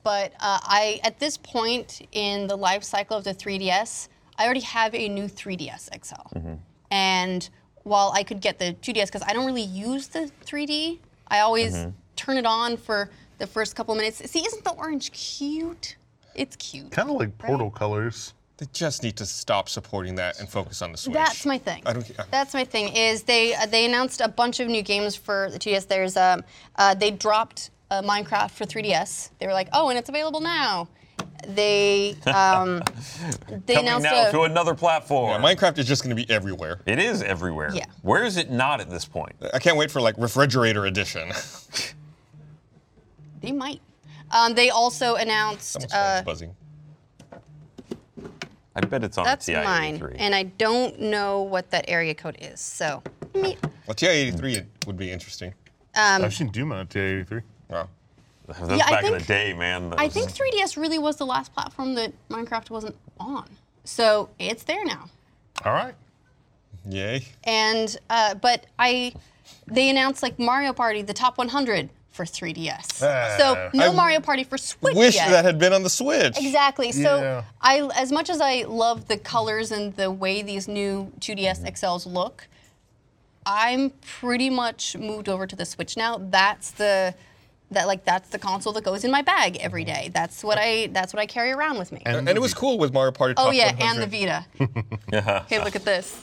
but uh, I at this point in the life cycle of the 3DS, I already have a new 3DS XL.
Mm-hmm.
And while I could get the 2DS because I don't really use the 3D, I always
Mm-hmm.
turn it on for the first couple minutes. See, isn't the orange cute? It's cute.
kind of like Portal colors.
They just need to stop supporting that and focus on the Switch.
That's my thing.
I don't care.
That's my thing. Is they uh, they announced a bunch of new games for the 2DS. There's um, uh, they dropped uh, Minecraft for 3DS. They were like, oh, and it's available now. They um, they
coming
announced
now
a,
to another
Yeah,
platform.
Minecraft is just going to be everywhere.
it is everywhere.
Yeah.
Where is it not at this point?
I can't wait for like refrigerator edition.
they might. Um, they also announced.
Someone's
Uh,
phone's buzzing.
I bet it's on
that's
TI-83.
mine, and I don't know what that area code is. So me-
Well, TI-83 would be interesting.
Um,
I've seen Duma at TI-83.
Wow.
That's
Yeah, I
back in
think-
the day, man. That
I
was-
think 3DS really was the last platform that Minecraft wasn't on. So it's there now.
All right.
Yay.
and uh, but I, they announced like Mario Party, the top 100 for 3DS. so no
Ah. I
Mario Party for Switch
Wish
yet.
that had been on the Switch.
Exactly. So
Yeah.
I, as much as I love the colors and the way these new
Mm-hmm.
2DS XLs look, I'm pretty much moved over to the Switch now. That's the that like that's the console that goes in my bag every day. That's what I that's what I carry around with me.
Mm-hmm. And it was cool with Mario Party.
oh
Top
yeah,
100.
and the Vita. hey, look at this.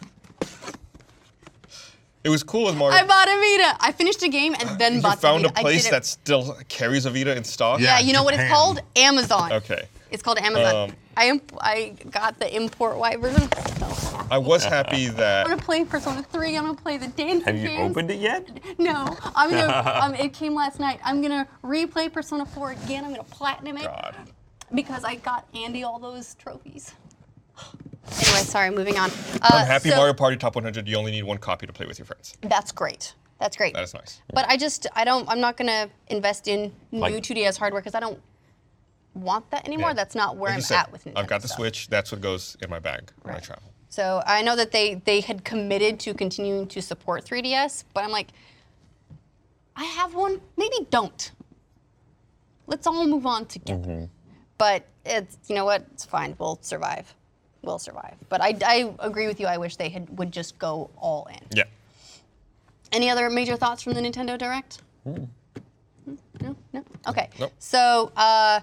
It was cool with Mario.
I bought a Vita. I finished a game and then
you
bought
found
the
a
Vita. I
place
didn't-
that still carries Avita in stock.
yeah,
Yeah,
you know what it's
Japan.
called? Amazon.
Okay.
It's called Amazon.
Um,
I am, I got the import white version. So
I was happy
I'm
that
gonna play Persona 3. I'm gonna play the dancing
Have you
games.
opened it yet?
No, I'm gonna. um, it came last night. I'm gonna replay Persona 4 again. I'm gonna platinum it
God.
because I got Andy all those trophies. anyway, sorry. Moving on.
I'm
Uh,
happy
so- Mm.
Mario Party Top 100. You only need one copy to play with your friends.
That's great. That's great.
That is nice.
But I just, I don't, I'm not gonna invest in new
Like-
2DS hardware because I don't want that anymore.
Yeah.
That's not where
Like
I'm
you said,
at with Nintendo.
I've got the
stuff.
Switch. That's what goes in my bag when I
Right.
travel.
So I know that they they had committed to continuing to support 3DS, but I'm like, I have one. Maybe don't. Let's all move on together.
Mm-hmm.
But it's you know what? It's fine. We'll survive. We'll survive. But I, I agree with you. I wish they had would just go all in.
Yeah.
Any other major thoughts from the Nintendo Direct? Hmm? No, no. Okay.
Nope.
So, uh,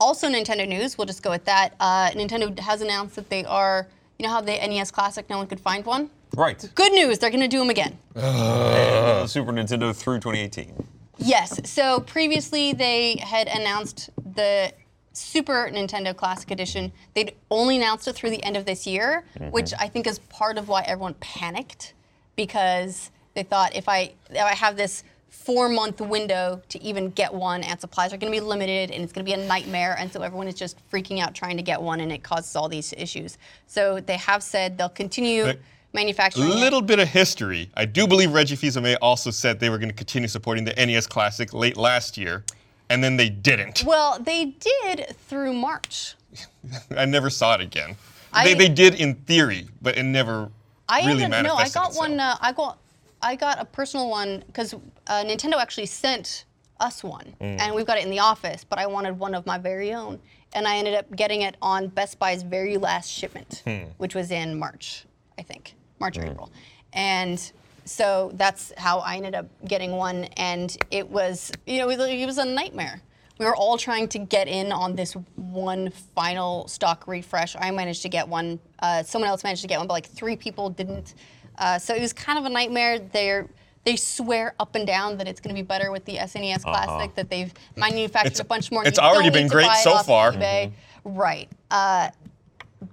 also Nintendo news. We'll just go with that. Uh, Nintendo has announced that they are. You know how the NES Classic, no one could find one.
Right.
Good news. They're going to do them again.
Uh, Super Nintendo through 2018.
Yes. So previously they had announced the Super Nintendo Classic Edition. They'd only announced it through the end of this year, which I think is part of why everyone panicked because they thought if I if I have this four month window to even get one and supplies are going to be limited and it's going to be a nightmare and so everyone is just freaking out trying to get one and it causes all these issues so they have said they'll continue
But-
manufacturing it.
Little bit of history. I do believe Reggie Fils-Aimé also said they were going to continue supporting the NES Classic late last year, and then they didn't.
well they did through march
I never saw it again.
I-
they, they did in theory, but it never
I
really
ended, no,
manifested
I got
itself.
one. Uh, I got I got a personal one because uh, Nintendo actually sent us one,
Mm.
and we've got it in the office. But I wanted one of my very own, and I ended up getting it on Best Buy's very last shipment,
Hmm.
which was in March, I think, March or
Mm.
April, and. So that's how I ended up getting one, and it was, you know, it was- it was a nightmare. We were all trying to get in on this one final stock refresh. I managed to get one. Uh, someone else managed to get one, but like three people didn't. Uh, so it was kind of a nightmare. They're they swear up and down that it's going to be better with the SNES Classic. That they've manufactured
It's-
a bunch more.
Uh-huh. it's
You don't
already
need
been
to
great
buy it
so
off
far. Mm-hmm.
eBay. Right. Uh,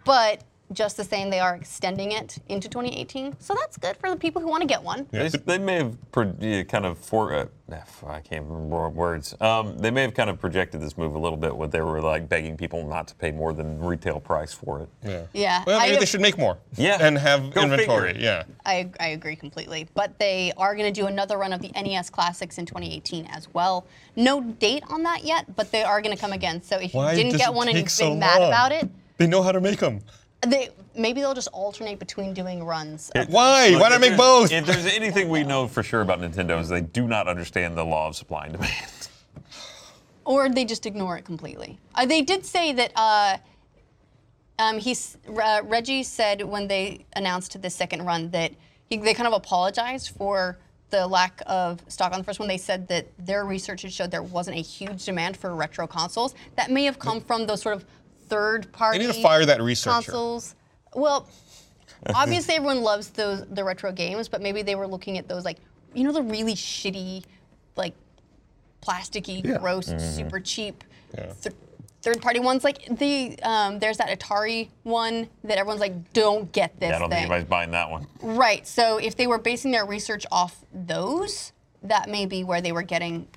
but just the same, they are extending it into 2018. So that's good for the people who want to get one.
They, they may have pro- yeah, kind of for uh, f- I can't remember words. Um, they may have kind of projected this move a little bit, where they were like begging people not to pay more than retail price for it.
Yeah.
Yeah,
Well,
I
maybe they
have-
should make more.
Yeah.
And have
Go
inventory.
figure.
Yeah.
I, I agree completely. But they are going to do another run of the NES Classics in 2018 as well. No date on that yet, but they are going to come again. So if you
Why
didn't
does
get
it
one and
take
you've
so
been mad
long?
about it,
They know how to make them.
they maybe they'll just alternate between doing runs. of-
Why?
Look,
Why not
if
make
there's-
both?
If there's anything we know for sure about Nintendo is they do not understand the law of supply and demand.
or they just ignore it completely. Uh, they did say that uh, um, he's, uh, Reggie said when they announced the second run that he, they kind of apologized for the lack of stock on the first one. They said that their research had showed there wasn't a huge demand for retro consoles. That may have come from those sort of third party
They need to fire that researcher.
consoles. Well, obviously everyone loves those the retro games, but maybe they were looking at those like you know the really shitty, like plasticky, gross, super cheap th- third party ones. Like the um, there's that Atari one that everyone's like, don't get this
I don't think
thing.
anybody's buying that one.
Right. So if they were basing their research off those, that may be where they were getting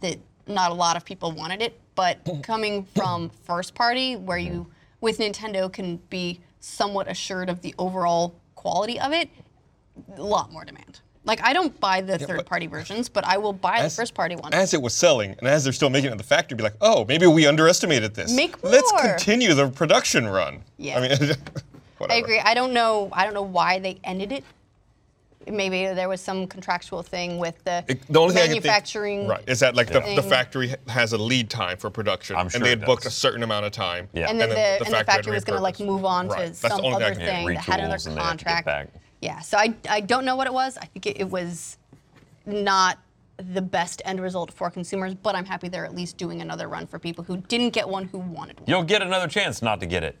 that not a lot of people wanted it. But coming from first party, where you with Nintendo can be somewhat assured of the overall quality of it, a lot more demand. Like I don't buy the third party versions, but I will buy
As-
the first party one.
As it was selling, and as they're still making it at the factory, be like, oh, maybe we underestimated this.
Make
Let's
more.
continue the production run.
Yeah.
I mean, whatever.
I agree. I don't know. I don't know why they ended it maybe there was some contractual thing with the,
It- the only thing
manufacturing.
I can think, right, is that like
Yeah.
the, the
thing.
factory ha- has a lead time for production,
I'm
and
sure
they
it
had booked a
does.
certain amount of time.
Yeah.
and then
and
the,
then
and the
the factory had
factory was going to like
repurposed.
move on
Right.
to
That's the
some
only thing I
other
can think.
thing that had another
Retools and they have to get
contract.
back.
Yeah, so I, I don't know what it was. I think it, it was not the best end result for consumers, but I'm happy they're at least doing another run for people who didn't get one who wanted one.
You'll get another chance not to get it.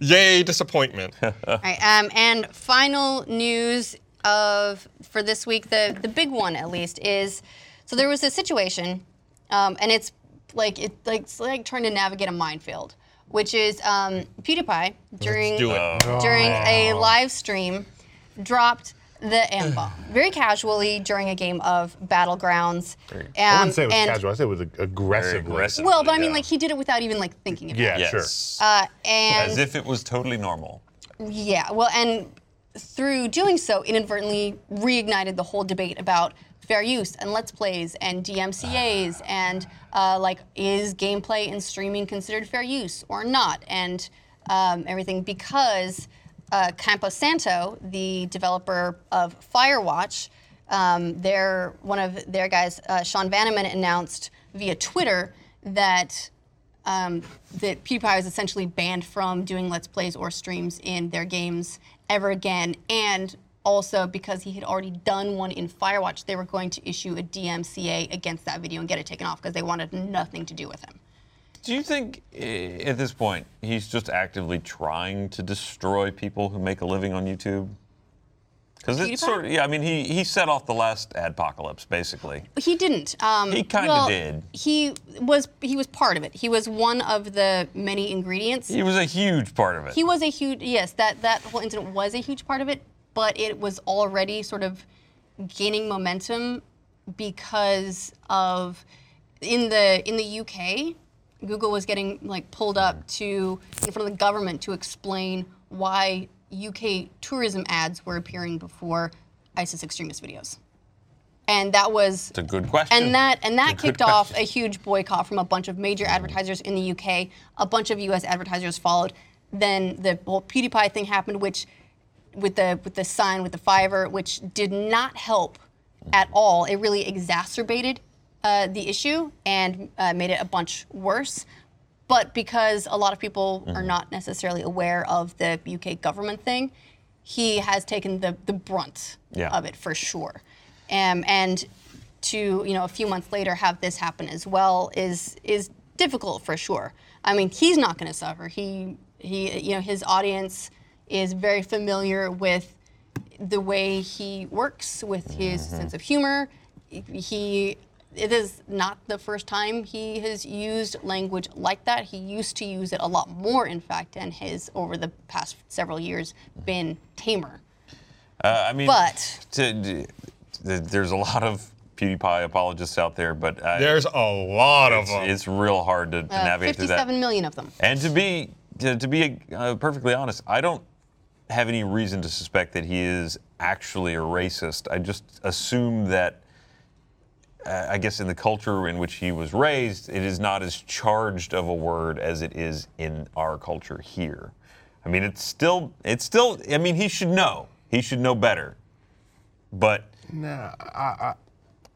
Yay, disappointment.
All right, um, and final news of for this week, the the big one at least is, so there was this situation, um, and it's like it like it's like trying to navigate a minefield, which is um, PewDiePie during
Do it.
Oh,
during a live stream dropped the M bomb very casually during a game of Battlegrounds.
I
Um,
wouldn't say it was
and-
casual. I say it was ag- aggressive.
aggressive.
Well, but I mean,
Yeah.
like he did it without even like thinking about
Yeah,
it.
sure.
Yes.
Uh, and
As if it was totally normal.
Yeah, well, and through doing so, inadvertently reignited the whole debate about fair use and let's plays and DMCA's and uh, like is gameplay in streaming considered fair use or not and um, everything because uh, Campo Santo, the developer of Firewatch, um, their one of their guys, uh, Sean Vanneman, announced via Twitter that um, that PewDiePie was essentially banned from doing Let's Plays or streams in their games ever again. And also because he had already done one in Firewatch, they were going to issue a DMCA against that video and get it taken off because they wanted nothing to do with him.
Do you think eh, at this point he's just actively trying to destroy people who make a living on YouTube? Because
PewDiePie?
it's sort of, yeah, I mean, he, he set off the last adpocalypse, basically.
He didn't. Um,
He kinda
well,
did.
He was he was part of it. He was one of the many ingredients.
He was a huge part of it.
He was a huge yes. That that whole incident was a huge part of it, but it was already sort of gaining momentum because of in the in the UK, Google was getting like pulled up to in front of the government to explain why UK tourism ads were appearing before ISIS extremist videos, and that was
it's a good question.
and that and that
Good
kicked off a huge boycott from a bunch of major advertisers in the UK. A bunch of US advertisers followed. Then the whole PewDiePie thing happened, which with the with the sign with the Fiverr, which did not help at all. It really exacerbated uh, the issue and uh, made it a bunch worse. But because a lot of people are not necessarily aware of the UK government thing, he has taken the the brunt
Yeah.
of it for sure. Um, and to you know a few months later have this happen as well is is difficult for sure. I mean he's not going to suffer. He he you know his audience is very familiar with the way he works with his
Mm-hmm.
sense of humor. He it is not the first time he has used language like that. He used to use it a lot more, in fact, and has over the past several years been tamer.
Uh, I mean,
But-
to- d- th- there's a lot of PewDiePie apologists out there, but uh,
There's a lot of
it's,
them.
it's real hard to, to
Uh,
navigate through that.
Fifty-seven million of them.
And to be to, to be uh, perfectly honest, I don't have any reason to suspect that he is actually a racist. I just assume that uh, I guess in the culture in which he was raised, it is not as charged of a word as it is in our culture here. I mean, it's still it's still I mean, he should know. He should know better. But
Nah, I, I,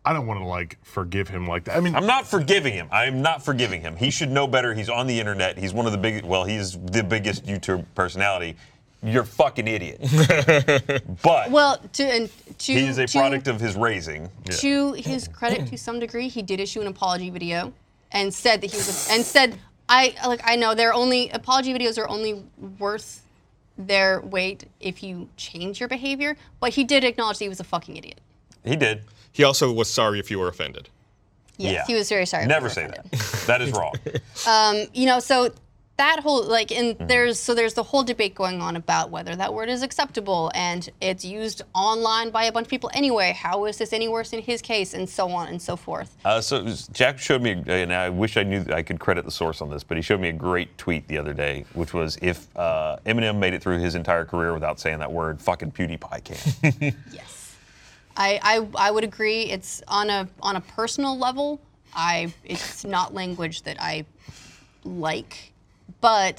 I don't want to like forgive him like that. I mean,
I'm not forgiving him. I'm not forgiving him. He should know better. He's on the internet. He's one of the big. Well, he's the biggest YouTube personality. You're a fucking idiot. but
Well, to and to
he is a
to-
product of his raising.
to his credit to some degree he did issue an apology video and said that he was and said i like i know they're only apology videos are only worth their weight if you change your behavior but he did acknowledge that he was a fucking idiot
He did.
he also was sorry if you were offended.
yes
yeah.
he was very sorry
Never
for
say
offended.
that. That is wrong.
you know so that whole like and
Mm-hmm.
there's so there's the whole debate going on about whether that word is acceptable and it's used online by a bunch of people anyway how is this any worse in his case and so on and so forth
Uh, so it was- Jack showed me, and I wish I knew I could credit the source on this, but he showed me a great tweet the other day, which was if uh, Eminem made it through his entire career without saying that word, fucking PewDiePie can.
Yes. I, I I would agree. It's on a on a personal level. I it's not language that I like, but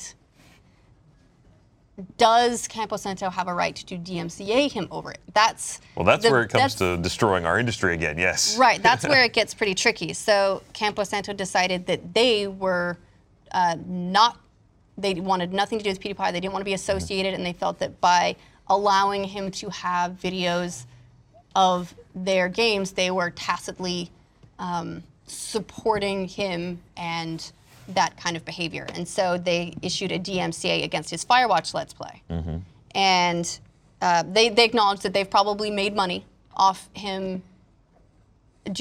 does Campo Santo have a right to DMCA him over it? That's
Well, that's
the-
where it comes
that's-
to destroying our industry again. Yes.
Right, that's where it gets pretty tricky. So Campo Santo decided that they were uh, not, they wanted nothing to do with PewDiePie. They didn't want to be associated, and they felt that by allowing him to have videos of their games, they were tacitly um, supporting him and that kind of behavior. And so they issued a DMCA against his Firewatch Let's Play. And uh, they, they acknowledged that they've probably made money off him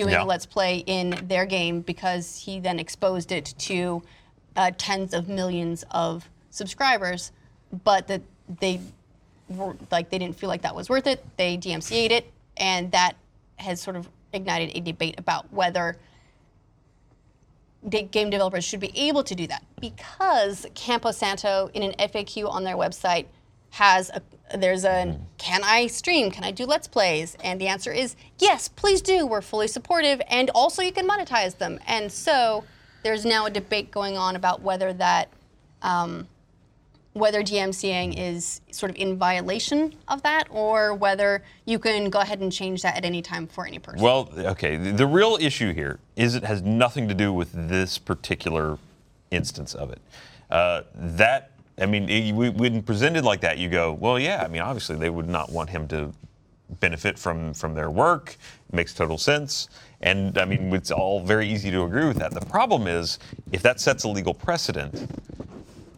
doing
Yeah.
a Let's Play in their game because he then exposed it to uh, tens of millions of subscribers, but that they were, like they didn't feel like that was worth it. They DMCA'd it, and that has sort of ignited a debate about whether de- game developers should be able to do that because Campo Santo in an FAQ on their website has a there's a can I stream can I do let's plays and the answer is yes please do we're fully supportive and also you can monetize them and so there's now a debate going on about whether that um, whether DMCAing is sort of in violation of that or whether you can go ahead and change that at any time for any person
Well, okay. The, the real issue here is it has nothing to do with this particular instance of it. Uh, that I mean, it, we- when presented like that, you go, well, yeah. I mean, obviously they would not want him to benefit from from their work. makes total sense. And I mean, it's all very easy to agree with that. The problem is if that sets a legal precedent.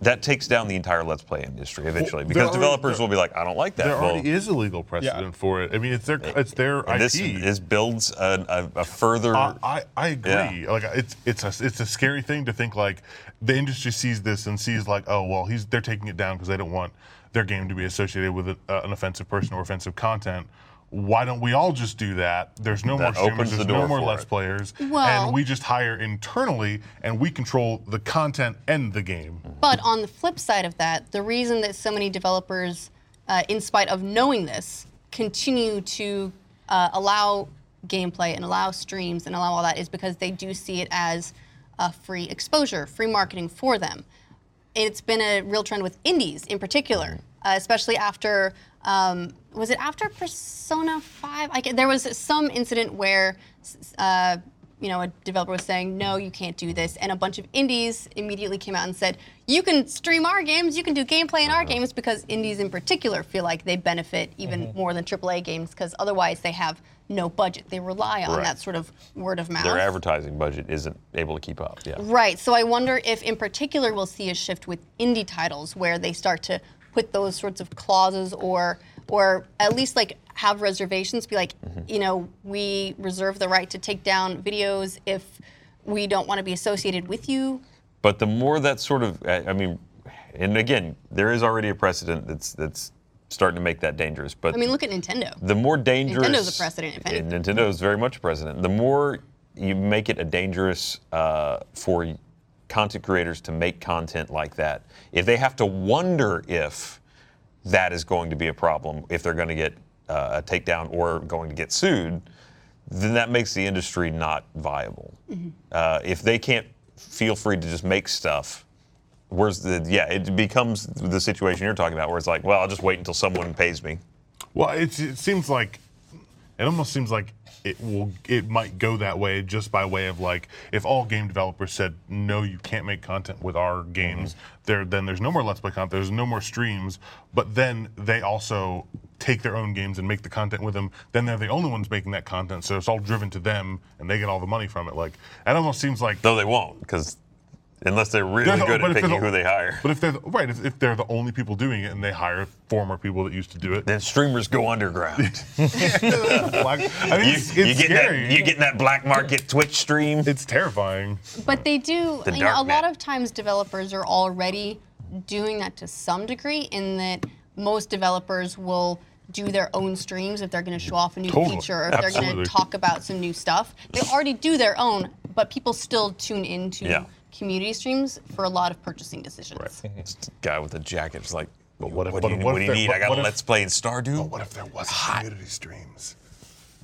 That takes down the entire Let's Play industry eventually,
there
because
already-
developers
there-
will be like, "I don't like that."
There
Well,
already is a legal precedent for it. I mean, it's their it's their
and
IP.
this, this builds a, a, a further.
I, I, I agree.
Yeah.
Like it's it's a it's a scary thing to think like the industry sees this and sees like oh well he's they're taking it down because they don't want their game to be associated with a, uh, an offensive person or offensive content. Why don't we all just do that? There's no
That
more
opens
streamers,
the
there's
door
no more
for
less
it.
players,
Well-
and we just hire internally and we control the content and the game.
But on the flip side of that, the reason that so many developers, uh, in spite of knowing this, continue to uh, allow gameplay and allow streams and allow all that is because they do see it as a free exposure, free marketing for them. It's been a real trend with indies in particular,
Mm.
uh, especially after. Um, was it after Persona 5? I can, there was some incident where s- uh, you know, a developer was saying, no, you can't do this. And a bunch of indies immediately came out and said, you can stream our games, you can do gameplay in our
Uh-huh.
games, because indies in particular feel like they benefit even
Mm-hmm.
more than AAA games, because otherwise they have no budget. They rely on
Right.
that sort of word of mouth.
their advertising budget isn't able to keep up. Yeah.
Right. So I wonder if, in particular, we'll see a shift with indie titles where they start to put those sorts of clauses, or or at least like have reservations. Be like, you know, we reserve the right to take down videos if we don't want to be associated with you.
But the more that sort of, I I mean, and again, there is already a precedent that's that's starting to make that dangerous. But
I mean, look at Nintendo.
the more dangerous
Nintendo's a precedent, if anything.
Nintendo is very much a precedent. The more you make it a dangerous uh, for content creators to make content like that, if they have to wonder if that is going to be a problem, if they're going to get uh, a takedown or going to get sued, then that makes the industry not viable.
Mm-hmm.
Uh, if they can't feel free to just make stuff Where's the yeah? It becomes the situation you're talking about, where it's like, well, I'll just wait until someone pays me.
Well, it's, it seems like it almost seems like it will it might go that way just by way of like if all game developers said no, you can't make content with our games,
Mm-hmm.
there then there's no more Let's Play content, there's no more streams, but then they also take their own games and make the content with them. Then they're the only ones making that content, so it's all driven to them, and they get all the money from it. Like it almost seems like
Though they won't, because unless they're really
Yeah,
good
but
at
if
picking
they're the-
who they hire,
But if they're the, right, if, if they're the only people doing it and they hire former people that used to do it,
then streamers go underground. you,
Like, I mean, it's,
you
it's
get
scary.
that, you get that black market Twitch stream.
It's terrifying.
But they do.
The
you know, a
dark net.
lot of times developers are already doing that to some degree. In that most developers will do their own streams if they're going to show off a new
Totally.
feature or if they're going
Absolutely.
to talk about some new stuff. They already do their own, but people still tune into
Yeah.
community streams for a lot of purchasing decisions.
This guy with the jacket is like,
what if-
what,
but
do you,
what
what do
if
you
they're-
need? I
but
got
what
a
if-
Let's Play in Stardew.
What if there was community streams?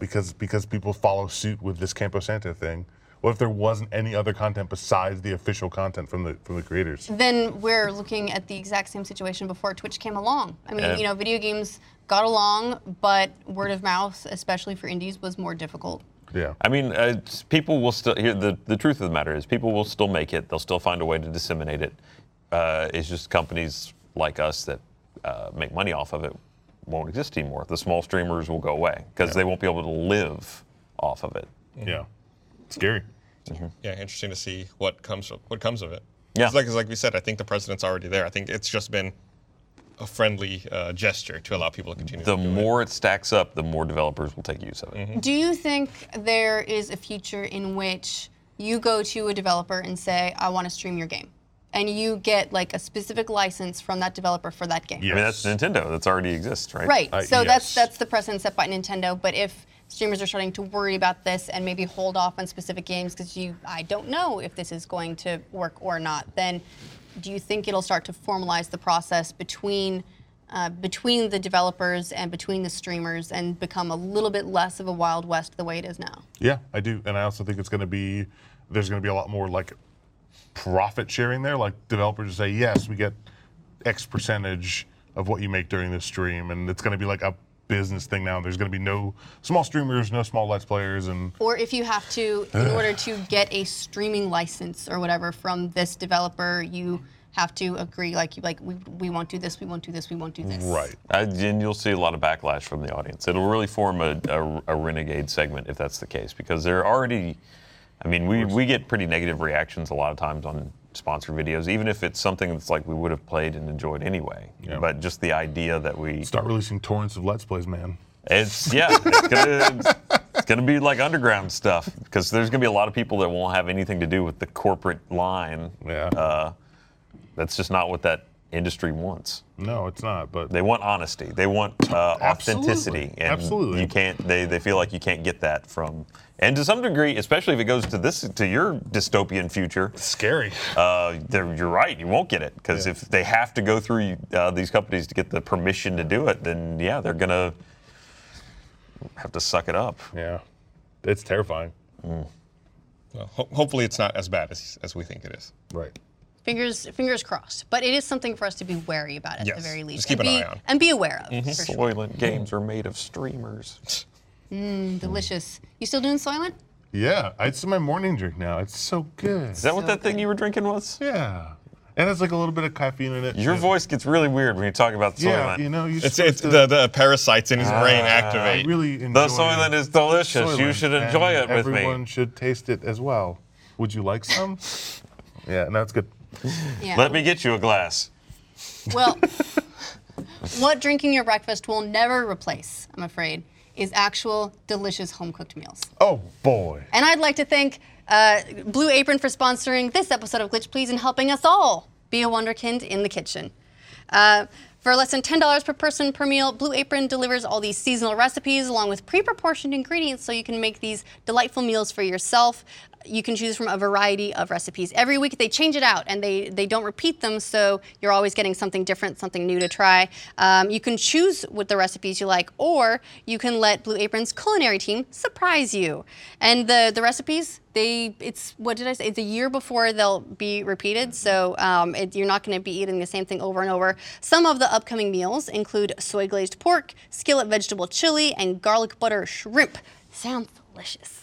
Because because people follow suit with this Campo Santo thing. What if there wasn't any other content besides the official content from the from the creators?
then we're looking at the exact same situation before Twitch came along. I mean,
Yeah.
you know, video games got along, but word of mouth, especially for indies, was more difficult.
Yeah.
I mean, uh, it's- people will still. Here, the the truth of the matter is, people will still make it. They'll still find a way to disseminate it. Uh, it's just companies like us that uh, make money off of it won't exist anymore. The small streamers will go away because they won't be able to live off of it.
Yeah. Scary.
yeah, interesting to see what comes what comes of it.
Yeah.
it's like it's like we said. I think the president's already there. I think it's just been a friendly uh, gesture to allow people to continue.
The
to do it.
more it stacks up, the more developers will take use of it.
Mm-hmm.
Do you think there is a future in which you go to a developer and say, I want to stream your game? And you get like a specific license from that developer for that game.
I mean, that's Nintendo. That's already exists, right?
Right.
I-
so
yes.
that's that's the precedent set by Nintendo. But if streamers are starting to worry about this and maybe hold off on specific games because you, I don't know if this is going to work or not, then do you think it'll start to formalize the process between? Uh, between the developers and between the streamers, and become a little bit less of a wild west the way it is now.
Yeah, I do, and I also think it's going to be there's going to be a lot more like profit sharing there. Like developers say, yes, we get X percentage of what you make during this stream, and it's going to be like a business thing now. There's going to be no small streamers, no small let's players, and
Or if you have to, in order to get a streaming license or whatever from this developer, you have to agree, like, you- like we, we won't do this, we won't do this, we won't do this.
right.
I, and you'll see a lot of backlash from the audience. It'll really form a, a, a renegade segment if that's the case, because they're already. I mean, we, we get pretty negative reactions a lot of times on sponsored videos, even if it's something that's like we would have played and enjoyed anyway.
Yeah.
But just the idea that we.
Start releasing torrents of let's plays, man.
It's, yeah, it's gonna, it's gonna be like underground stuff, because there's gonna be a lot of people that won't have anything to do with the corporate line.
Yeah.
Uh, that's just not what that industry wants.
No, it's not, but
They want honesty. They want uh,
Absolutely.
authenticity, and
Absolutely.
you can't. They, they feel like you can't get that from. And to some degree, especially if it goes to this to your dystopian future,
scary.
uh, they're- you're right. You won't get it because if they have to go through uh, these companies to get the permission to do it, then yeah, they're gonna have to suck it up.
Yeah, it's terrifying.
Well, ho- hopefully, it's not as bad as as we think it is.
Right.
Fingers fingers crossed. But it is something for us to be wary about at
Yes.
the very least.
Just keep
and
an
be,
eye on. Mm-hmm.
And be aware of. For sure.
Soylent games are made of streamers.
Mm, Delicious. You still doing Soylent?
Yeah, it's my morning drink now. It's so good.
Is that what that thing you were drinking was?
Yeah, and it's like a little bit of caffeine in it.
Your
Yeah.
voice gets really weird when you talk about Soylent.
Yeah, you know, you
It's, it's the, the parasites in his
Ah.
brain activate.
really enjoy
The Soylent is delicious. you
Soylent,
should enjoy
and
it with me.
Everyone should taste it as well. Would you like some? yeah, no, it's good.
Yeah.
Let me get you a glass.
Well, what drinking your breakfast will never replace, I'm afraid, is actual delicious home cooked meals.
Oh boy.
And I'd like to thank uh, Blue Apron for sponsoring this episode of Glitch Please and helping us all be a wonderkind in the kitchen. Uh, for less than $10 per person per meal, Blue Apron delivers all these seasonal recipes along with pre proportioned ingredients so you can make these delightful meals for yourself. You can choose from a variety of recipes. Every week they change it out and they, they don't repeat them, so you're always getting something different, something new to try. Um, you can choose what the recipes you like, or you can let Blue Apron's culinary team surprise you. And the, the recipes, they it's what did I say? It's a year before they'll be repeated, so um, it, you're not going to be eating the same thing over and over. Some of the upcoming meals include soy glazed pork, skillet vegetable chili, and garlic butter shrimp. Sounds delicious.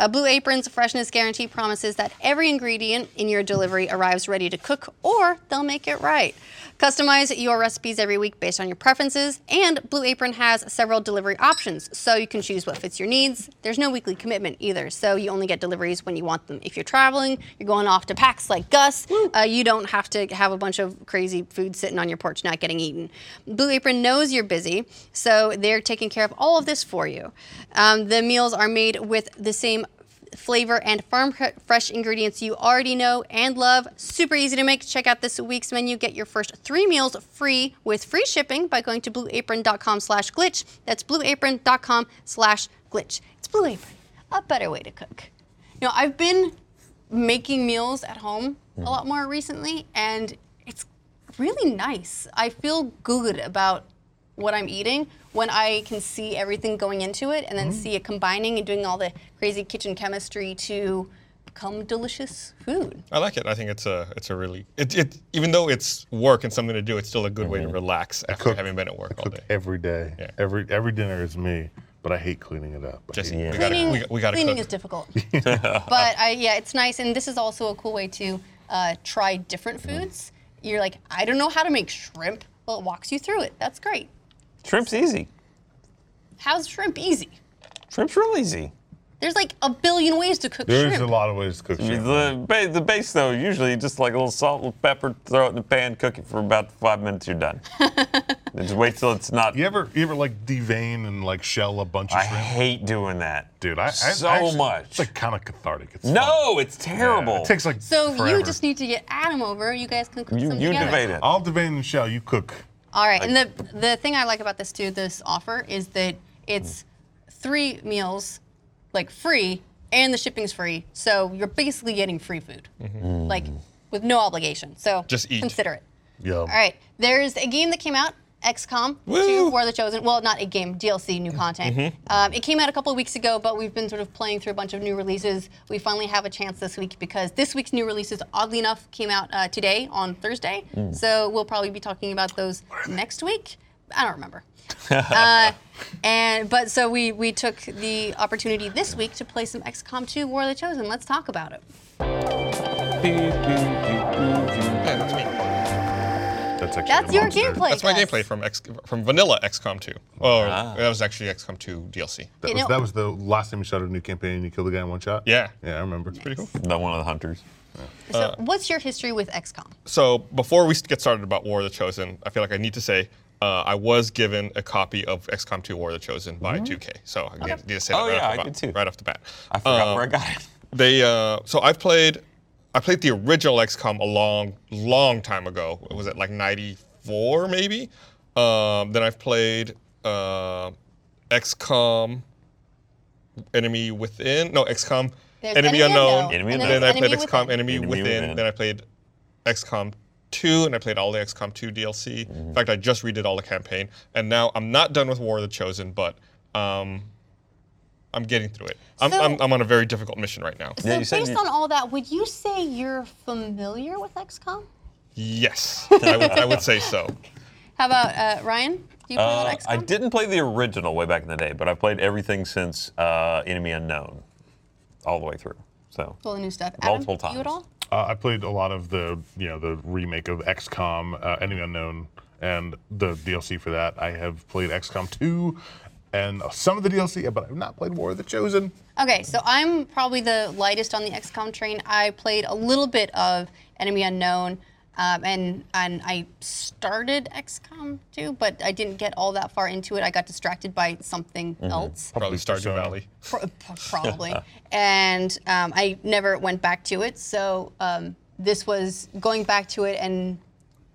Uh, Blue Apron's freshness guarantee promises that every ingredient in your delivery arrives ready to cook, or they'll make it right. Customize your recipes every week based on your preferences, and Blue Apron has several delivery options, so you can choose what fits your needs. There's no weekly commitment either, so you only get deliveries when you want them. If you're traveling, you're going off to packs like Gus, uh, you don't have to have a bunch of crazy food sitting on your porch not getting eaten. Blue Apron knows you're busy, so they're taking care of all of this for you. Um, the meals are made with the same f- flavor and farm fre- fresh ingredients you already know and love. Super easy to make. Check out this week's menu. Get your first three meals free with free shipping by going to blueapron.com slash glitch. That's blueapron.com slash glitch. It's Blue Apron, a better way to cook. You know, I've been making meals at home a lot more recently, and it's really nice. I feel good about what I'm eating when I can see everything going into it and then see it combining and doing all the crazy kitchen chemistry to come delicious food.
I like it. I think it's a it's a really it, it even though it's work and something to do, it's still a good way to
Mm-hmm.
relax after
cook-
having been at work all
Cook
day.
every day.
Yeah.
Every every dinner is me, but I hate cleaning it up. I
Jesse,
hate-
we
Cleaning,
gotta, we, we gotta
cleaning
cook.
is difficult, but I, yeah, it's nice, and this is also a cool way to uh, try different foods. You're like, I don't know how to make shrimp. Well, it walks you through it. That's great.
Shrimp's easy.
How's shrimp easy?
Shrimp's real easy.
There's like a billion ways to cook
There is
shrimp.
a lot of ways to cook shrimp.
The, ba- the base, though, usually just like a little salt, little pepper, throw it in the pan, cook it for about five minutes, you're done. Then just wait till it's not.
You ever you ever like devein and like shell a bunch of
I
shrimp?
hate doing that.
Dude, I, I
so
I actually-
much.
It's like kind of cathartic. It's fun.
no, it's terrible.
Yeah, it takes like
so
forever.
you just need to get Adam over. You guys can cook
you
some
you
together.
debate it.
I'll devein and shell. You cook.
All right, and the the thing I like about this too, this offer is that it's three meals, like free, and the shipping's free. So you're basically getting free food, like with no obligation. So
Mm-hmm. Just eat.
Consider it.
Yeah.
All right, there's a game that came out, XCOM
Woo! Mm-hmm.
2, War of the Chosen. Well, not a game, DLC, new content. Um, it came out a couple of weeks ago, but we've been sort of playing through a bunch of new releases. We finally have a chance this week because this week's new releases, oddly enough, came out uh, today on Thursday.
Mm.
So we'll probably be talking about those next week. I don't remember. uh, and but so we we took the opportunity this week to play some XCOM 2 War of the Chosen. Let's talk about it.
Yeah, that's me.
That's actually
That's
a
your
monster.
gameplay.
That's my
Gus.
gameplay from X, from vanilla XCOM 2. Oh,
Ah.
that was actually XCOM 2 DLC.
That,
You
was,
know-
that was the last time you started a new campaign and you killed the guy in one shot?
Yeah.
Yeah, I remember. It's pretty cool.
Not one of the hunters.
So
Uh,
what's your history with XCOM?
so before we get started about War of the Chosen, I feel like I need to say uh, I was given a copy of XCOM 2 War of the Chosen by 2K. So I need need to say that
Mm-hmm. Oh,
right,
yeah,
off
I
the
did
bat,
too.
right off the bat.
I forgot
Uh,
Um,
where I got it.
They uh, so I've played, I played the original XCOM a long, long time ago. Was it like '94 maybe? Um, then I've played uh, XCOM Enemy Within. No, XCOM
There's
Enemy,
Enemy
Unknown.
Unknown,
Enemy
and
Unknown.
then I played
Enemy
XCOM
Within.
Enemy
Enemy
Within.
Within.
Then I played XCOM 2, and I played all the XCOM 2 DLC.
Mm-hmm.
In fact, I just redid all the campaign, and now I'm not done with War of the Chosen, but um, I'm getting through it. I'm,
So-
I'm, I'm on a very difficult mission right now.
So
Yeah, you
based
said you-
on all that, would you say you're familiar with XCOM?
Yes, I would, I would say so.
How about uh, Ryan? Do you play a lot
Uh,
of XCOM?
I didn't play the original way back in the day, but I've played everything since uh, Enemy Unknown, all the way through. So
All the new stuff.
multiple
Adam, You at
times.
all?
Uh, I played a lot of the, you know, the remake of XCOM, uh, Enemy Unknown, and the DLC for that. I have played XCOM 2 and some of the DLC, but I've not played War of the Chosen.
Okay, so I'm probably the lightest on the XCOM train. I played a little bit of Enemy Unknown, um, and and I started XCOM too, but I didn't get all that far into it. I got distracted by something
Mm-hmm.
else.
Probably Stardew
Persona.
Valley.
Pro- p- probably. and um, I never went back to it. So um, this was going back to it, and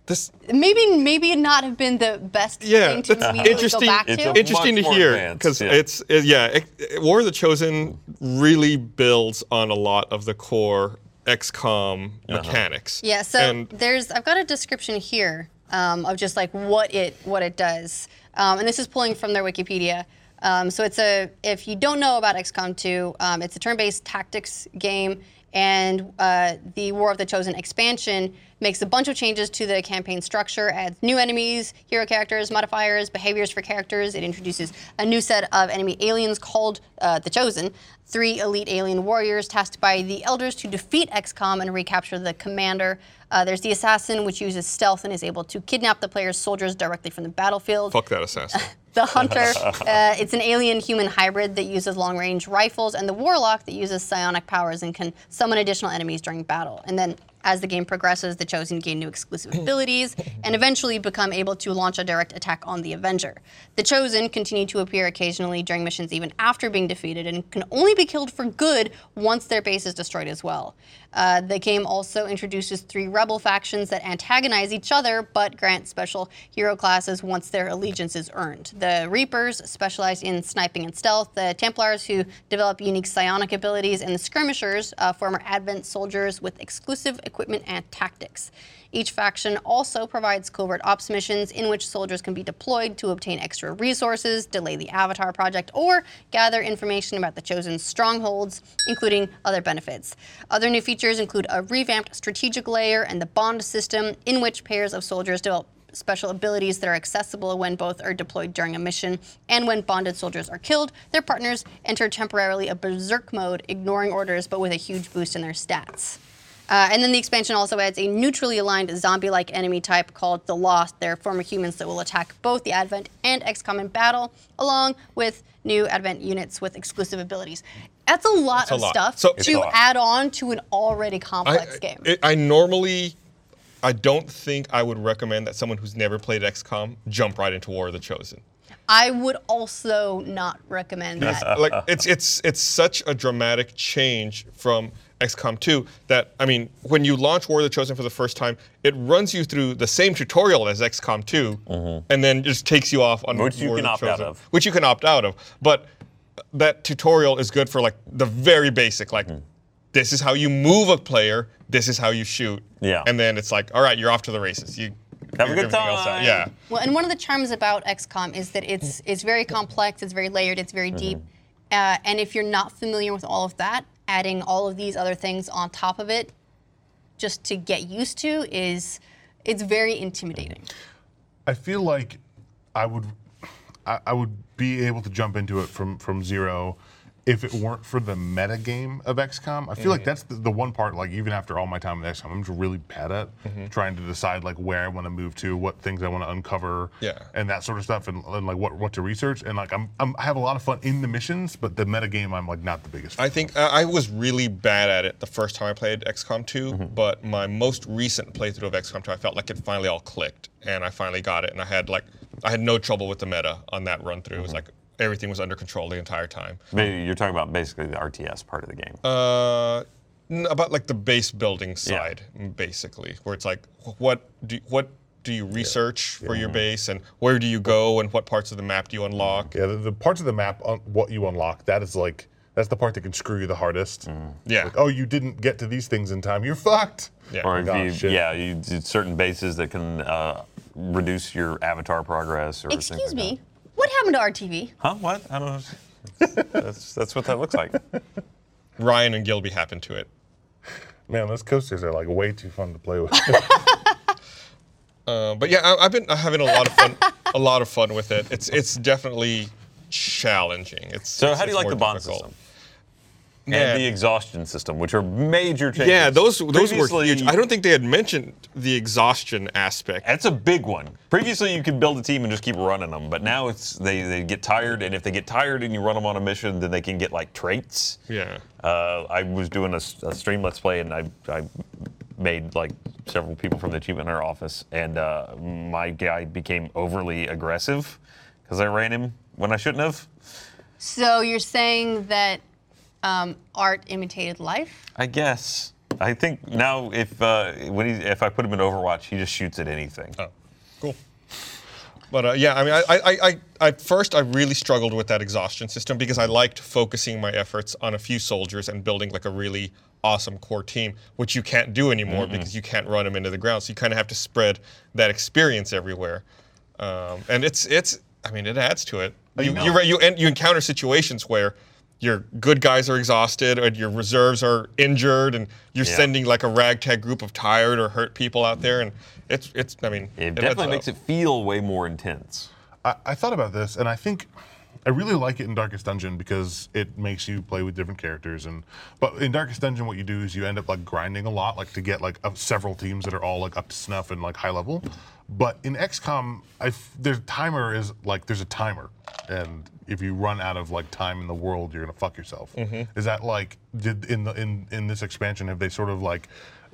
This
maybe maybe not have been the best
Yeah,
thing to
that's
immediately
interesting-
go back
It's
to.
a-
interesting to
much more
hear
advanced,
because
yeah.
it's it- yeah, it, it- War of the Chosen really builds on a lot of the core XCOM
Uh-huh.
mechanics.
Yeah, so
and
there's I've got a description here um, of just like what it what it does, um, and this is pulling from their Wikipedia. Um, so it's a if you don't know about XCOM 2, um, it's a turn-based tactics game, and uh, the War of the Chosen expansion makes a bunch of changes to the campaign structure, adds new enemies, hero characters, modifiers, behaviors for characters. It introduces a new set of enemy aliens called uh, the Chosen, three elite alien warriors tasked by the elders to defeat XCOM and recapture the commander. Uh, there's the assassin, which uses stealth and is able to kidnap the player's soldiers directly from the battlefield.
fuck that assassin.
The hunter, uh, it's an alien human hybrid that uses long range rifles, and the warlock that uses psionic powers and can summon additional enemies during battle. And then as the game progresses, the chosen gain new exclusive abilities and eventually become able to launch a direct attack on the Avenger. The chosen continue to appear occasionally during missions even after being defeated and can only be killed for good once their base is destroyed as well. Uh, the game also introduces three rebel factions that antagonize each other but grant special hero classes once their allegiance is earned. The Reapers specialize in sniping and stealth, the Templars, who develop unique psionic abilities, and the Skirmishers, uh, former Advent soldiers with exclusive equipment equipment, and tactics. Each faction also provides covert ops missions in which soldiers can be deployed to obtain extra resources, delay the Avatar project, or gather information about the chosen strongholds, including other benefits. Other new features include a revamped strategic layer and the bond system, in which pairs of soldiers develop special abilities that are accessible when both are deployed during a mission, and when bonded soldiers are killed, their partners enter temporarily a berserk mode, ignoring orders but with a huge boost in their stats. Uh, and then the expansion also adds a neutrally aligned zombie like enemy type called the Lost. They're former humans that will attack both the Advent and XCOM in battle, along with new Advent units with exclusive abilities. That's a lot
a
of
lot.
stuff
So- It's a
to
lot.
add on to an already complex game.
I, I normally, I don't think I would recommend that someone who's never played XCOM jump right into War of the Chosen.
I would also not recommend that.
like it's it's it's such a dramatic change from XCOM 2 that I mean, when you launch War of the Chosen for the first time, it runs you through the same tutorial as XCOM 2, and then just takes you off on
Mm-hmm. Which you
War
can
of the
opt out
Chosen,
of.
which you can opt out of. But that tutorial is good for like the very basic, like
Mm-hmm.
this is how you move a player, this is how you shoot,
Yeah.
and then it's like, all right, you're off to the races. You
Have a
figure
good
everything else out.
time.
Yeah.
Well, and one of the charms about XCOM is that it's it's very complex, it's very layered, it's very deep, uh, and if you're not familiar with all of that, adding all of these other things on top of it, just to get used to, is it's very intimidating.
I feel like I would I, I would be able to jump into it from from zero if it weren't for the meta game of XCOM. I feel like that's the, the one part like even after all my time with XCOM, I'm just really bad at trying to decide like where I want to move to, what things I want to uncover
Yeah.
and that sort of stuff and, and like what what to research and like I'm, I'm I have a lot of fun in the missions, but the meta game I'm like not the biggest fan.
I think uh, I I was really bad at it the first time I played XCOM 2, but my most recent playthrough of XCOM 2, I felt like it finally all clicked, and I finally got it, and I had like I had no trouble with the meta on that run through. It was like everything was under control the entire time.
Maybe you're talking about basically the RTS part of the game.
Uh, n- about like the base building
Yeah.
side, m- basically, where it's like wh- what do what do you research for your base, and where do you go, and what parts of the map do you unlock?
Yeah, the, the parts of the map, on what you unlock, that is like that's the part that can screw you the hardest.
Yeah.
Like, oh, you didn't get to these things in time. You're fucked.
Yeah.
or if
gosh,
you,
shit.
yeah, you did certain bases that can uh, reduce your avatar progress or things
Excuse
like
me, what happened to RTV?
that. Huh? What? I don't know. that's that's what that looks like.
Ryan and Gilby happened to it.
Man, those coasters are like way too fun to play with.
Uh, but yeah, I, I've been having a lot of fun, a lot of fun with it. It's it's definitely challenging. It's
So
it's-
how do you
it's
like
more
the bond
difficult.
system
Yeah.
and the exhaustion system, which are major changes?
yeah, those those were
Previously-
huge. I don't think they had mentioned the exhaustion aspect.
That's a big one. Previously, you could build a team and just keep running them, but now it's they, they get tired, and if they get tired and you run them on a mission, then they can get like traits.
Yeah.
Uh, I was doing a, s- a stream let's play, and I, I made like several people from the achievement hunter office, and uh, my guy became overly aggressive because I ran him when I shouldn't have.
So you're saying that um, art imitated life?
I guess. I think now if uh, when he, if I put him in Overwatch, he just shoots at anything.
Cool. But uh, yeah, I mean, I, I, I, I, at first I really struggled with that exhaustion system because I liked focusing my efforts on a few soldiers and building like a really awesome core team, which you can't do anymore because you can't run them into the ground. So you kind of have to spread that experience everywhere, um, and it's it's. I mean, it adds to it. You you, re- you, en- you encounter situations where your good guys are exhausted and your reserves are injured, and you're
Yeah.
sending like a ragtag group of tired or hurt people out there, and it's it's. I mean,
It
adds
definitely makes
up.
it feel way more intense.
I, I thought about this, and I think I really like it in Darkest Dungeon because it makes you play with different characters. And but in Darkest Dungeon, what you do is you end up like grinding a lot, like to get like of several teams that are all like up to snuff and like high level. But in XCOM, I f- their timer is like there's a timer, and if you run out of like time in the world, you're gonna fuck yourself. Is that like did in the in in this expansion have they sort of like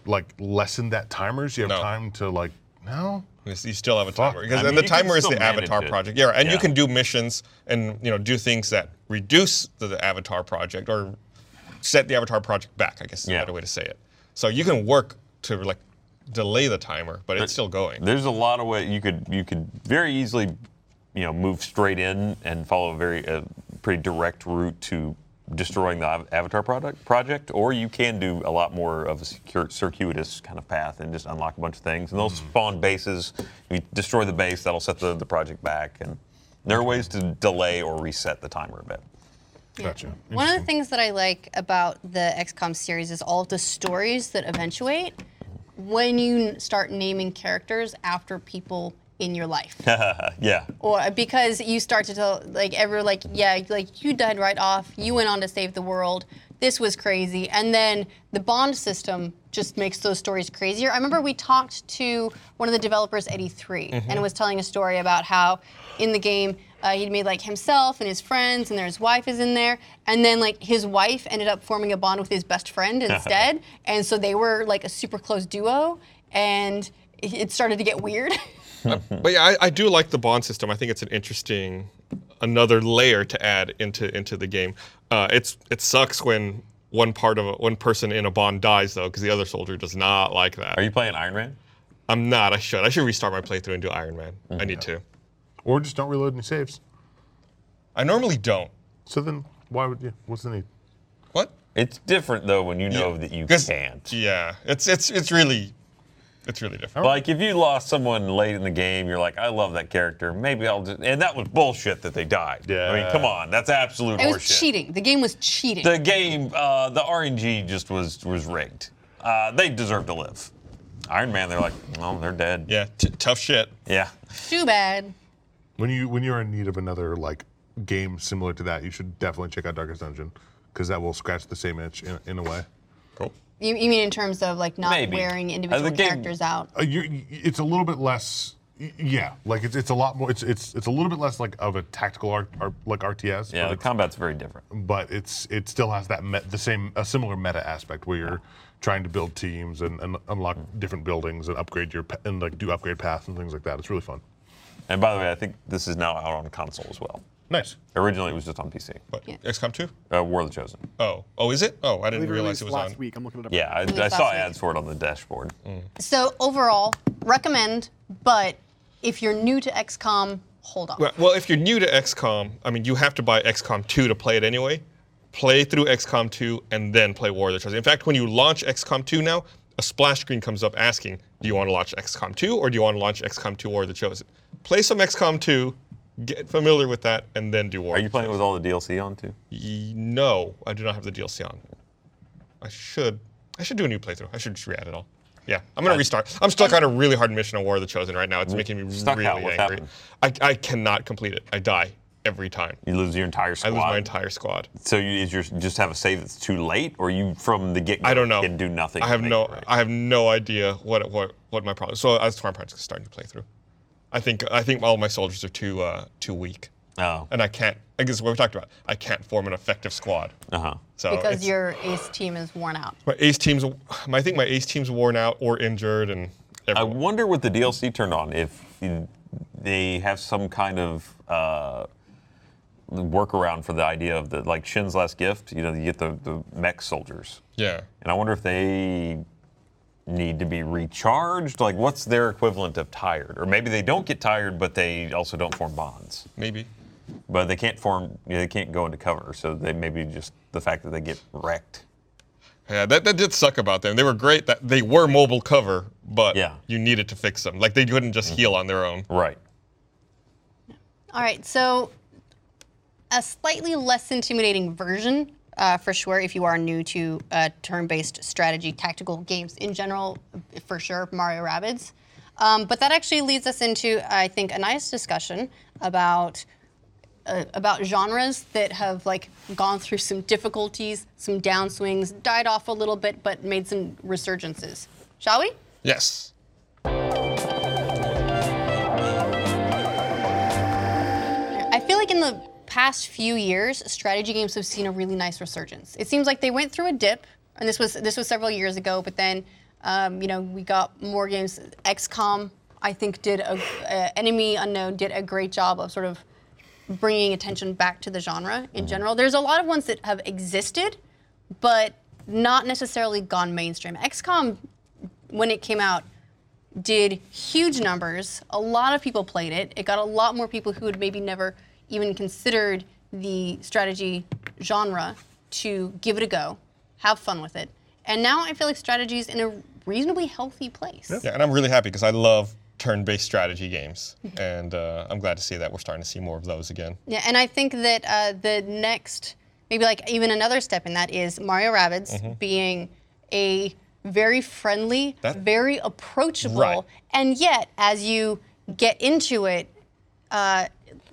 like lessened that timer? So you have
No.
time to like no.
You s- you still have a timer because and
I mean,
the
you can
timer is
still
the avatar
manage it.
project. Yeah, and you
Yeah.
can do missions and you know do things that reduce the, the avatar project or set the avatar project back. I guess is a
Yeah.
better way to say it. So you can work to like delay the timer, but it's still going.
There's a lot of way you could you could very easily, you know, move straight in and follow a very a pretty uh, direct route to destroying the av- Avatar product project, or you can do a lot more of a secure, circuitous kind of path and just unlock a bunch of things. And they'll spawn bases. You destroy the base, that'll set the, the project back. And there are ways to delay or reset the timer a bit.
Gotcha.
One of the things that I like about the XCOM series is all of the stories that eventuate when you n- start naming characters after people in your life.
yeah.
or because you start to tell like everyone like yeah like you died right off you went on to save the world this was crazy and then the bond system just makes those stories crazier i remember we talked to one of the developers eddie 3 and was telling a story about how in the game uh, he'd made like himself and his friends and their wife is in there and then like his wife ended up forming a bond with his best friend instead and so they were like a super close duo and it started to get weird
But yeah, I, I do like the bond system. I think it's an interesting another layer to add into into the game. Uh, it's it sucks when one part of a, one person in a bond dies though, because the other soldier does not like that.
Are you playing Iron Man?
I'm not. I should. I should restart my playthrough and do Iron Man. I need to.
Or just don't reload any saves.
I normally don't.
So then, why would you? What's the need?
What?
It's different though when you know that you
'Cause-
can't.
Yeah. It's it's it's really, it's really different.
Like if you lost someone late in the game, you're like, I love that character. Maybe I'll just and that was bullshit that they died. I mean,
Yeah.
come on, that's absolute
It was
horseshit.
cheating. The game was cheating.
Oh, The game, uh, the RNG just was was rigged. Uh, they deserve to live. Iron Man, they're like, oh, they're dead.
Yeah. T- tough shit.
Yeah.
Too bad.
When you when you're in need of another like game similar to that, you should definitely check out Darkest Dungeon because that will scratch the same itch in, in a way.
Cool.
You, you mean in terms of like not
Maybe.
wearing
Uh,
individual
the game-
characters out?
Uh, you- you, it's a little bit less. y- Yeah, like it's, it's a lot more. It's it's it's a little bit less like of a tactical art, art like RTS.
Yeah,
but
the
it's-
combat's very different.
but it's it still has that met, the same a similar meta aspect where you're trying to build teams and, and unlock different buildings and upgrade your pa- and like do upgrade paths and things like that. It's really fun.
And by the way, I think this is now out on console as well.
Nice.
Originally, it was just on PC.
But XCOM 2?
Uh, War of the Chosen.
Oh. Oh, is it? Oh, I
I
didn't
believe it
realize
released
it was
last
on.
week. I'm looking it up.
Yeah, I,
was
I
last
saw
week.
ads for it on the dashboard.
Mm.
So overall, recommend, but if you're new to XCOM, hold on.
Well, well, if you're new to XCOM, I mean, you have to buy XCOM 2 to play it anyway. Play through XCOM 2 and then play War of the Chosen. In fact, when you launch XCOM 2 now, a splash screen comes up asking, "Do you want to launch XCOM 2 or do you want to launch XCOM 2 War of the Chosen?" Play some XCOM 2, get familiar with that, and then do War.
Are
of
you
the
playing it with all the DLC on too?
Chosen. No, I do not have the DLC on. I should. I should do a new playthrough. I should just re-add it all. Yeah, I'm gonna restart. I'm stuck on a really hard mission of War of the Chosen right now. It's making me
Mm, Stuck
really
how? What's
angry. I, I cannot complete it. I die every time.
You lose your entire
I
squad.
lose my entire squad.
So you is your, just have a save that's too late, or you from the get go
I don't know.
can do nothing.
I have
to make
no.
it right?
I have no idea what what what my problem. So that's why I'm probably just starting to play through. I think I think all my soldiers are too uh, too weak,
Oh.
and I can't. I guess what we talked about. I can't form an effective squad.
Uh huh.
So
because
it's-
your ace team is worn out.
my ace team's. I think my ace team's worn out or injured, and
I
everyone.
wonder what the DLC turned on. If they have some kind of uh, workaround for the idea of the like Shin's last gift. You know, you get the, the mech soldiers,
yeah.
and I wonder if they need to be recharged. Like, what's their equivalent of tired? Or maybe they don't get tired, but they also don't form bonds.
Maybe.
But they can't form. You know, they can't go into cover. So they maybe just the fact that they get wrecked.
Yeah, that, that did suck about them. They were great. That they were mobile cover, but
Yeah.
you needed to fix them. Like they couldn't
Mm-hmm.
just heal on their own.
Right.
All right, so a slightly less intimidating version uh, for sure if you are new to uh, turn-based strategy tactical games in general, for sure Mario Rabbids. Um, but that actually leads us into I think a nice discussion about uh, about genres that have like gone through some difficulties, some downswings, died off a little bit, but made some resurgences. Shall we?
Yes.
I feel like in the past few years, strategy games have seen a really nice resurgence. It seems like they went through a dip, and this was this was several years ago. But then, um, you know, we got more games. XCOM, I think, did a uh, Enemy Unknown did a great job of sort of bringing attention back to the genre in general. There's a lot of ones that have existed, but not necessarily gone mainstream. XCOM, when it came out, did huge numbers. A lot of people played it. It got a lot more people who had maybe never even considered the strategy genre to give it a go, have fun with it. And now I feel like strategy is in a reasonably healthy place.
Yeah, and I'm really happy because I love turn-based strategy games,
Mm-hmm.
and uh, I'm glad to see that we're starting to see more of those again.
Yeah, and I think that uh, the next, maybe like even another step in that is Mario Rabbids
Mm-hmm.
being a very friendly,
That-
very approachable,
Right.
and yet as you get into it, uh,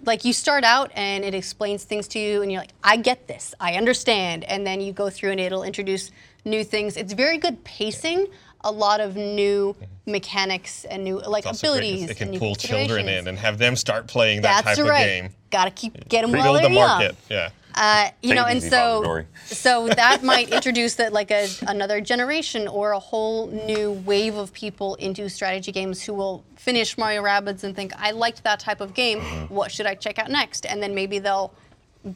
like you start out and it explains things to you, and you're like, I get this, I understand, and then you go through and it'll introduce new things. It's very good pacing. A lot of new mechanics and new like
Mm-hmm. It's also great
abilities.
because It
and
can
new
pull children
considerations.
in and have them start playing that
That's
type
right.
of game.
Gotta keep get them while
Build
they're
the market.
young.
Yeah.
Uh, you
Take
know,
it
and
easy, Father
so
Dory.
so that might introduce that like a, another generation or a whole new wave of people into strategy games who will finish Mario Rabbids and think, I liked that type of game.
Mm-hmm.
What should I check out next? And then maybe they'll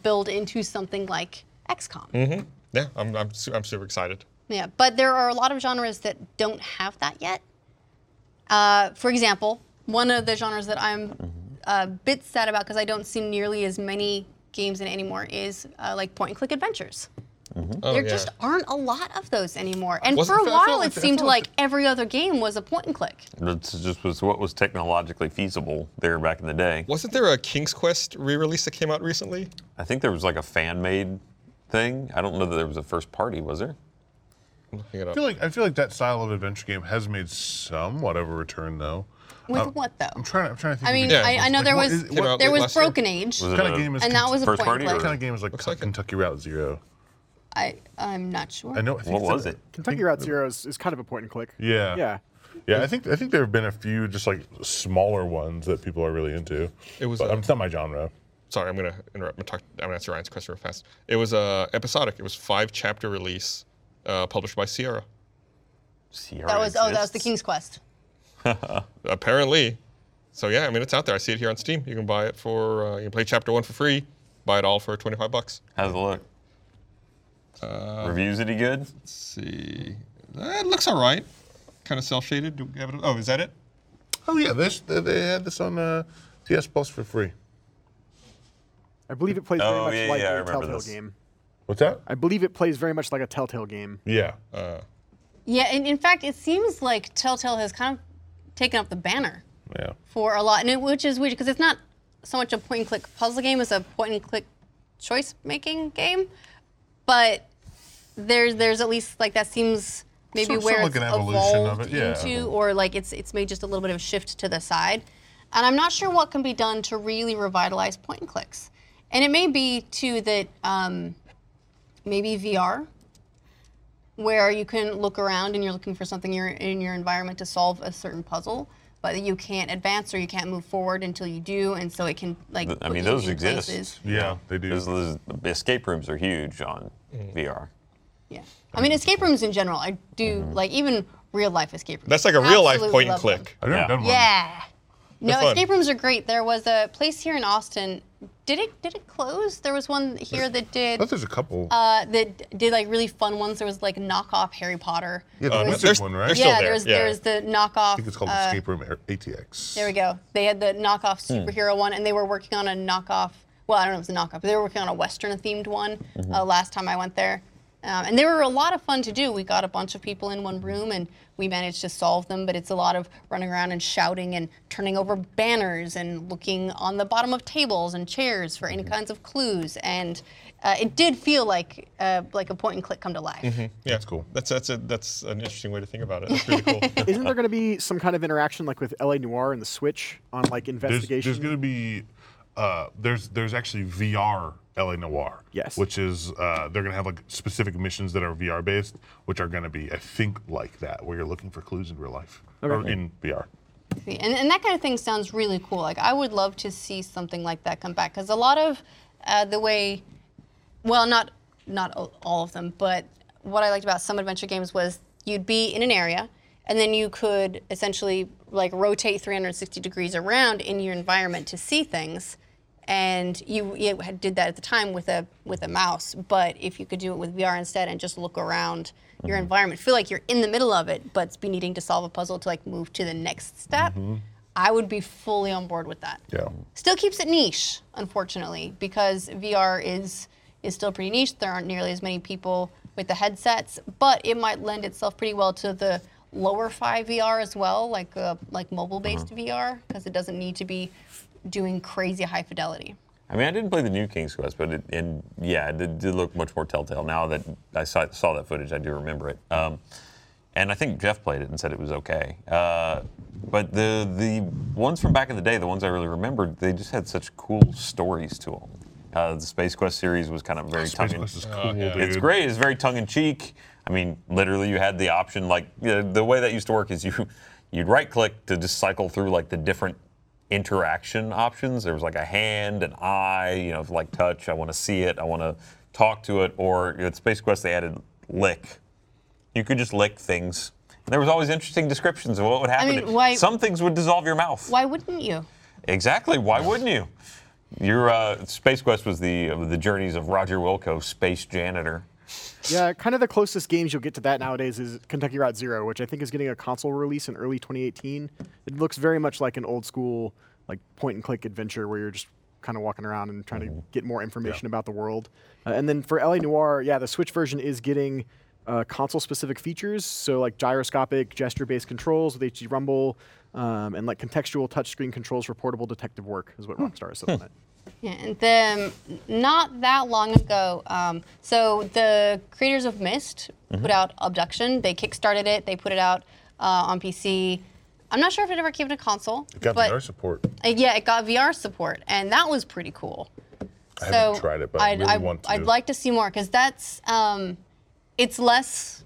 build into something like XCOM.
Yeah, I'm, I'm, su- I'm super excited.
Yeah, but there are a lot of genres that don't have that yet. Uh, for example, one of the genres that I'm a bit sad about because I don't see nearly as many games in it anymore is uh, like point and click adventures.
Oh,
There
yeah.
just aren't a lot of those anymore. And
Wasn't-
for a
I felt- I felt
while,
like-
it
I
seemed
felt
like
like-
every other game was a point and click.
That's just was what was technologically feasible there back in the day.
Wasn't there a King's Quest re-release that came out recently?
I think there was like a fan made thing. I don't know that there was a first party, was there?
I'm looking it
I
up.
feel like I feel like that style of adventure game has made somewhat of a return though.
With
Um,
what though?
I'm trying. I'm trying to think.
I
of a
mean,
game.
Yeah,
I, I know
Like,
there
what
was
is-
Came out
there was
last year.
Broken Age.
Was uh, it
kind
a
of game is
And that was a
first
point
party?
and
What
click.
kind of game is like
like it.
Kentucky Route Zero?
I I'm not sure.
I know. I think
What
it's a-
was it?
I
Kentucky
think-
Route Zero is, is kind of a point and click.
Yeah.
Yeah.
Yeah, I think I think there have been a few just like smaller ones that people are really into.
It was
But,
a-
um, it's not my genre.
Sorry, I'm gonna interrupt. I'm, talk, I'm gonna answer Ryan's question real fast. It was uh, episodic. It was five chapter release, uh, published by Sierra.
Sierra
that was oh that was the
exists?
King's Quest.
Apparently, so yeah. I mean, it's out there. I see it here on Steam. You can buy it for. Uh, you can play chapter one for free. Buy it all for 25 bucks.
How's it look?
Uh,
Reviews any good?
Let's see. Uh, it looks all right. Kind of cell shaded. Do we have it? Oh, is that it?
Oh yeah, this they, they had this on uh, PS Plus for free.
I believe it plays very
Oh,
much
yeah,
like
yeah, I
a
remember
Telltale
this.
game.
What's that?
I believe it plays very much like a Telltale game.
Yeah.
Yeah, and in fact, it seems like Telltale has kind of taken up the banner
yeah.
for a lot, and it, which is weird because it's not so much a point and click puzzle game as a point and click choice making game, but there's there's at least like that seems maybe
Sort- sort
where
of
it's
like an evolution of
evolved
it, yeah.
into, or like it's it's made just a little bit of a shift to the side, and I'm not sure what can be done to really revitalize point and clicks, and it may be too that um, maybe VR where you can look around and you're looking for something you're in your environment to solve a certain puzzle, but you can't advance or you can't move forward until you do, and so it can like.
I
put
mean,
you
those
in
exist.
places.
Yeah, they do.
Those- those- the escape rooms are huge on
Mm.
VR.
Yeah, I mean, escape rooms in general. I do like even real life escape rooms.
Mm-hmm. That's like a real life
Absolutely
point and
love them.
click.
I've never
Yeah.
done one.
Yeah. No,
fun.
escape rooms are great. There was a place here in Austin. Did it did it close? There was one here that
I
did.
thought there's a couple.
Uh, that did like really fun ones. There was like knockoff Harry Potter.
yeah,
uh,
the
there's-
Mystic one, right?
there's
I
still
yeah,
there,
there's
yeah.
there's the knockoff.
think it's called
uh,
Escape Room Air- ATX.
There we go. They had the knockoff
Hmm.
superhero one, and they were working on a knockoff. Well, I don't know if it was a knockoff, but they were working on a Western themed one
Mm-hmm.
uh, last time I went there. Um, and they were a lot of fun to do. We got a bunch of people in one room and we managed to solve them, but it's a lot of running around and shouting and turning over banners and looking on the bottom of tables and chairs for any
Mm-hmm.
kinds of clues. And uh, it did feel like uh, like a point and click come to life.
Yeah,
That's cool.
That's that's a, that's an interesting way to think about it. That's really cool.
Isn't there going to be some kind of interaction like with LA Noir and the Switch on like
There's,
investigation?
there's gonna be uh, there's there's actually VR LA Noir.
Yes.
Which is uh, they're gonna have like specific missions that are VR based, which are gonna be I think like that where you're looking for clues in real life or in VR.
See, And, and that kind of thing sounds really cool. Like I would love to see something like that come back because a lot of uh, the way, well, not not all- all of them, but what I liked about some adventure games was you'd be in an area and then you could essentially like rotate 360 degrees around in your environment to see things. And you, you had, did that at the time with a with a mouse, but if you could do it with VR instead and just look around your environment, feel like you're in the middle of it, but be needing to solve a puzzle to like move to the next step, I would be fully on board with that.
Yeah.
Still keeps it niche, unfortunately, because VR is is still pretty niche. There aren't nearly as many people with the headsets, but it might lend itself pretty well to the lower fi VR as well, like uh, like mobile-based VR, because it doesn't need to be doing crazy high fidelity.
I mean, I didn't play the new King's Quest, but it, and yeah, it did, did look much more telltale. Now that I saw, saw that footage, I do remember it. Um, and I think Jeff played it and said it was okay. Uh, but the the ones from back in the day, the ones I really remembered, they just had such cool stories to them. Uh, the Space Quest series was kind of very tongue
Space
in
Quest is cool, dude.
it's great. It's very tongue in cheek. I mean, literally, you had the option. Like you know, the way that used to work is you you'd right click to just cycle through like the different interaction options. There was like a hand, an eye. You know, if, like touch. I want to see it. I want to talk to it. Or at Space Quest, they added lick. You could just lick things. And there was always interesting descriptions of what would happen.
mean, why-
Some things would dissolve your mouth.
Why wouldn't you?
Exactly. Why wouldn't you? Your uh, Space Quest was the the journeys of Roger Wilco, space janitor.
Yeah, kind of the closest games you'll get to that nowadays is Kentucky Route Zero, which I think is getting a console release in early 2018. It looks very much like an old school, like point and click adventure where you're just kind of walking around and trying to get more information about the world. Uh, and then for LA Noir, yeah, the Switch version is getting uh, console specific features, so like gyroscopic, gesture based controls with HD Rumble, um, and like contextual touchscreen controls for portable detective work is what Rockstar is selling it.
Yeah, and then not that long ago, um, so the creators of Mist put out Abduction. They kickstarted it. They put it out uh, on PC. I'm not sure if it ever came to console,
It got
but
VR support.
uh, yeah, it got VR support, and that was pretty cool.
I haven't tried it, but I really want to.
I'd like to see more because that's um, it's less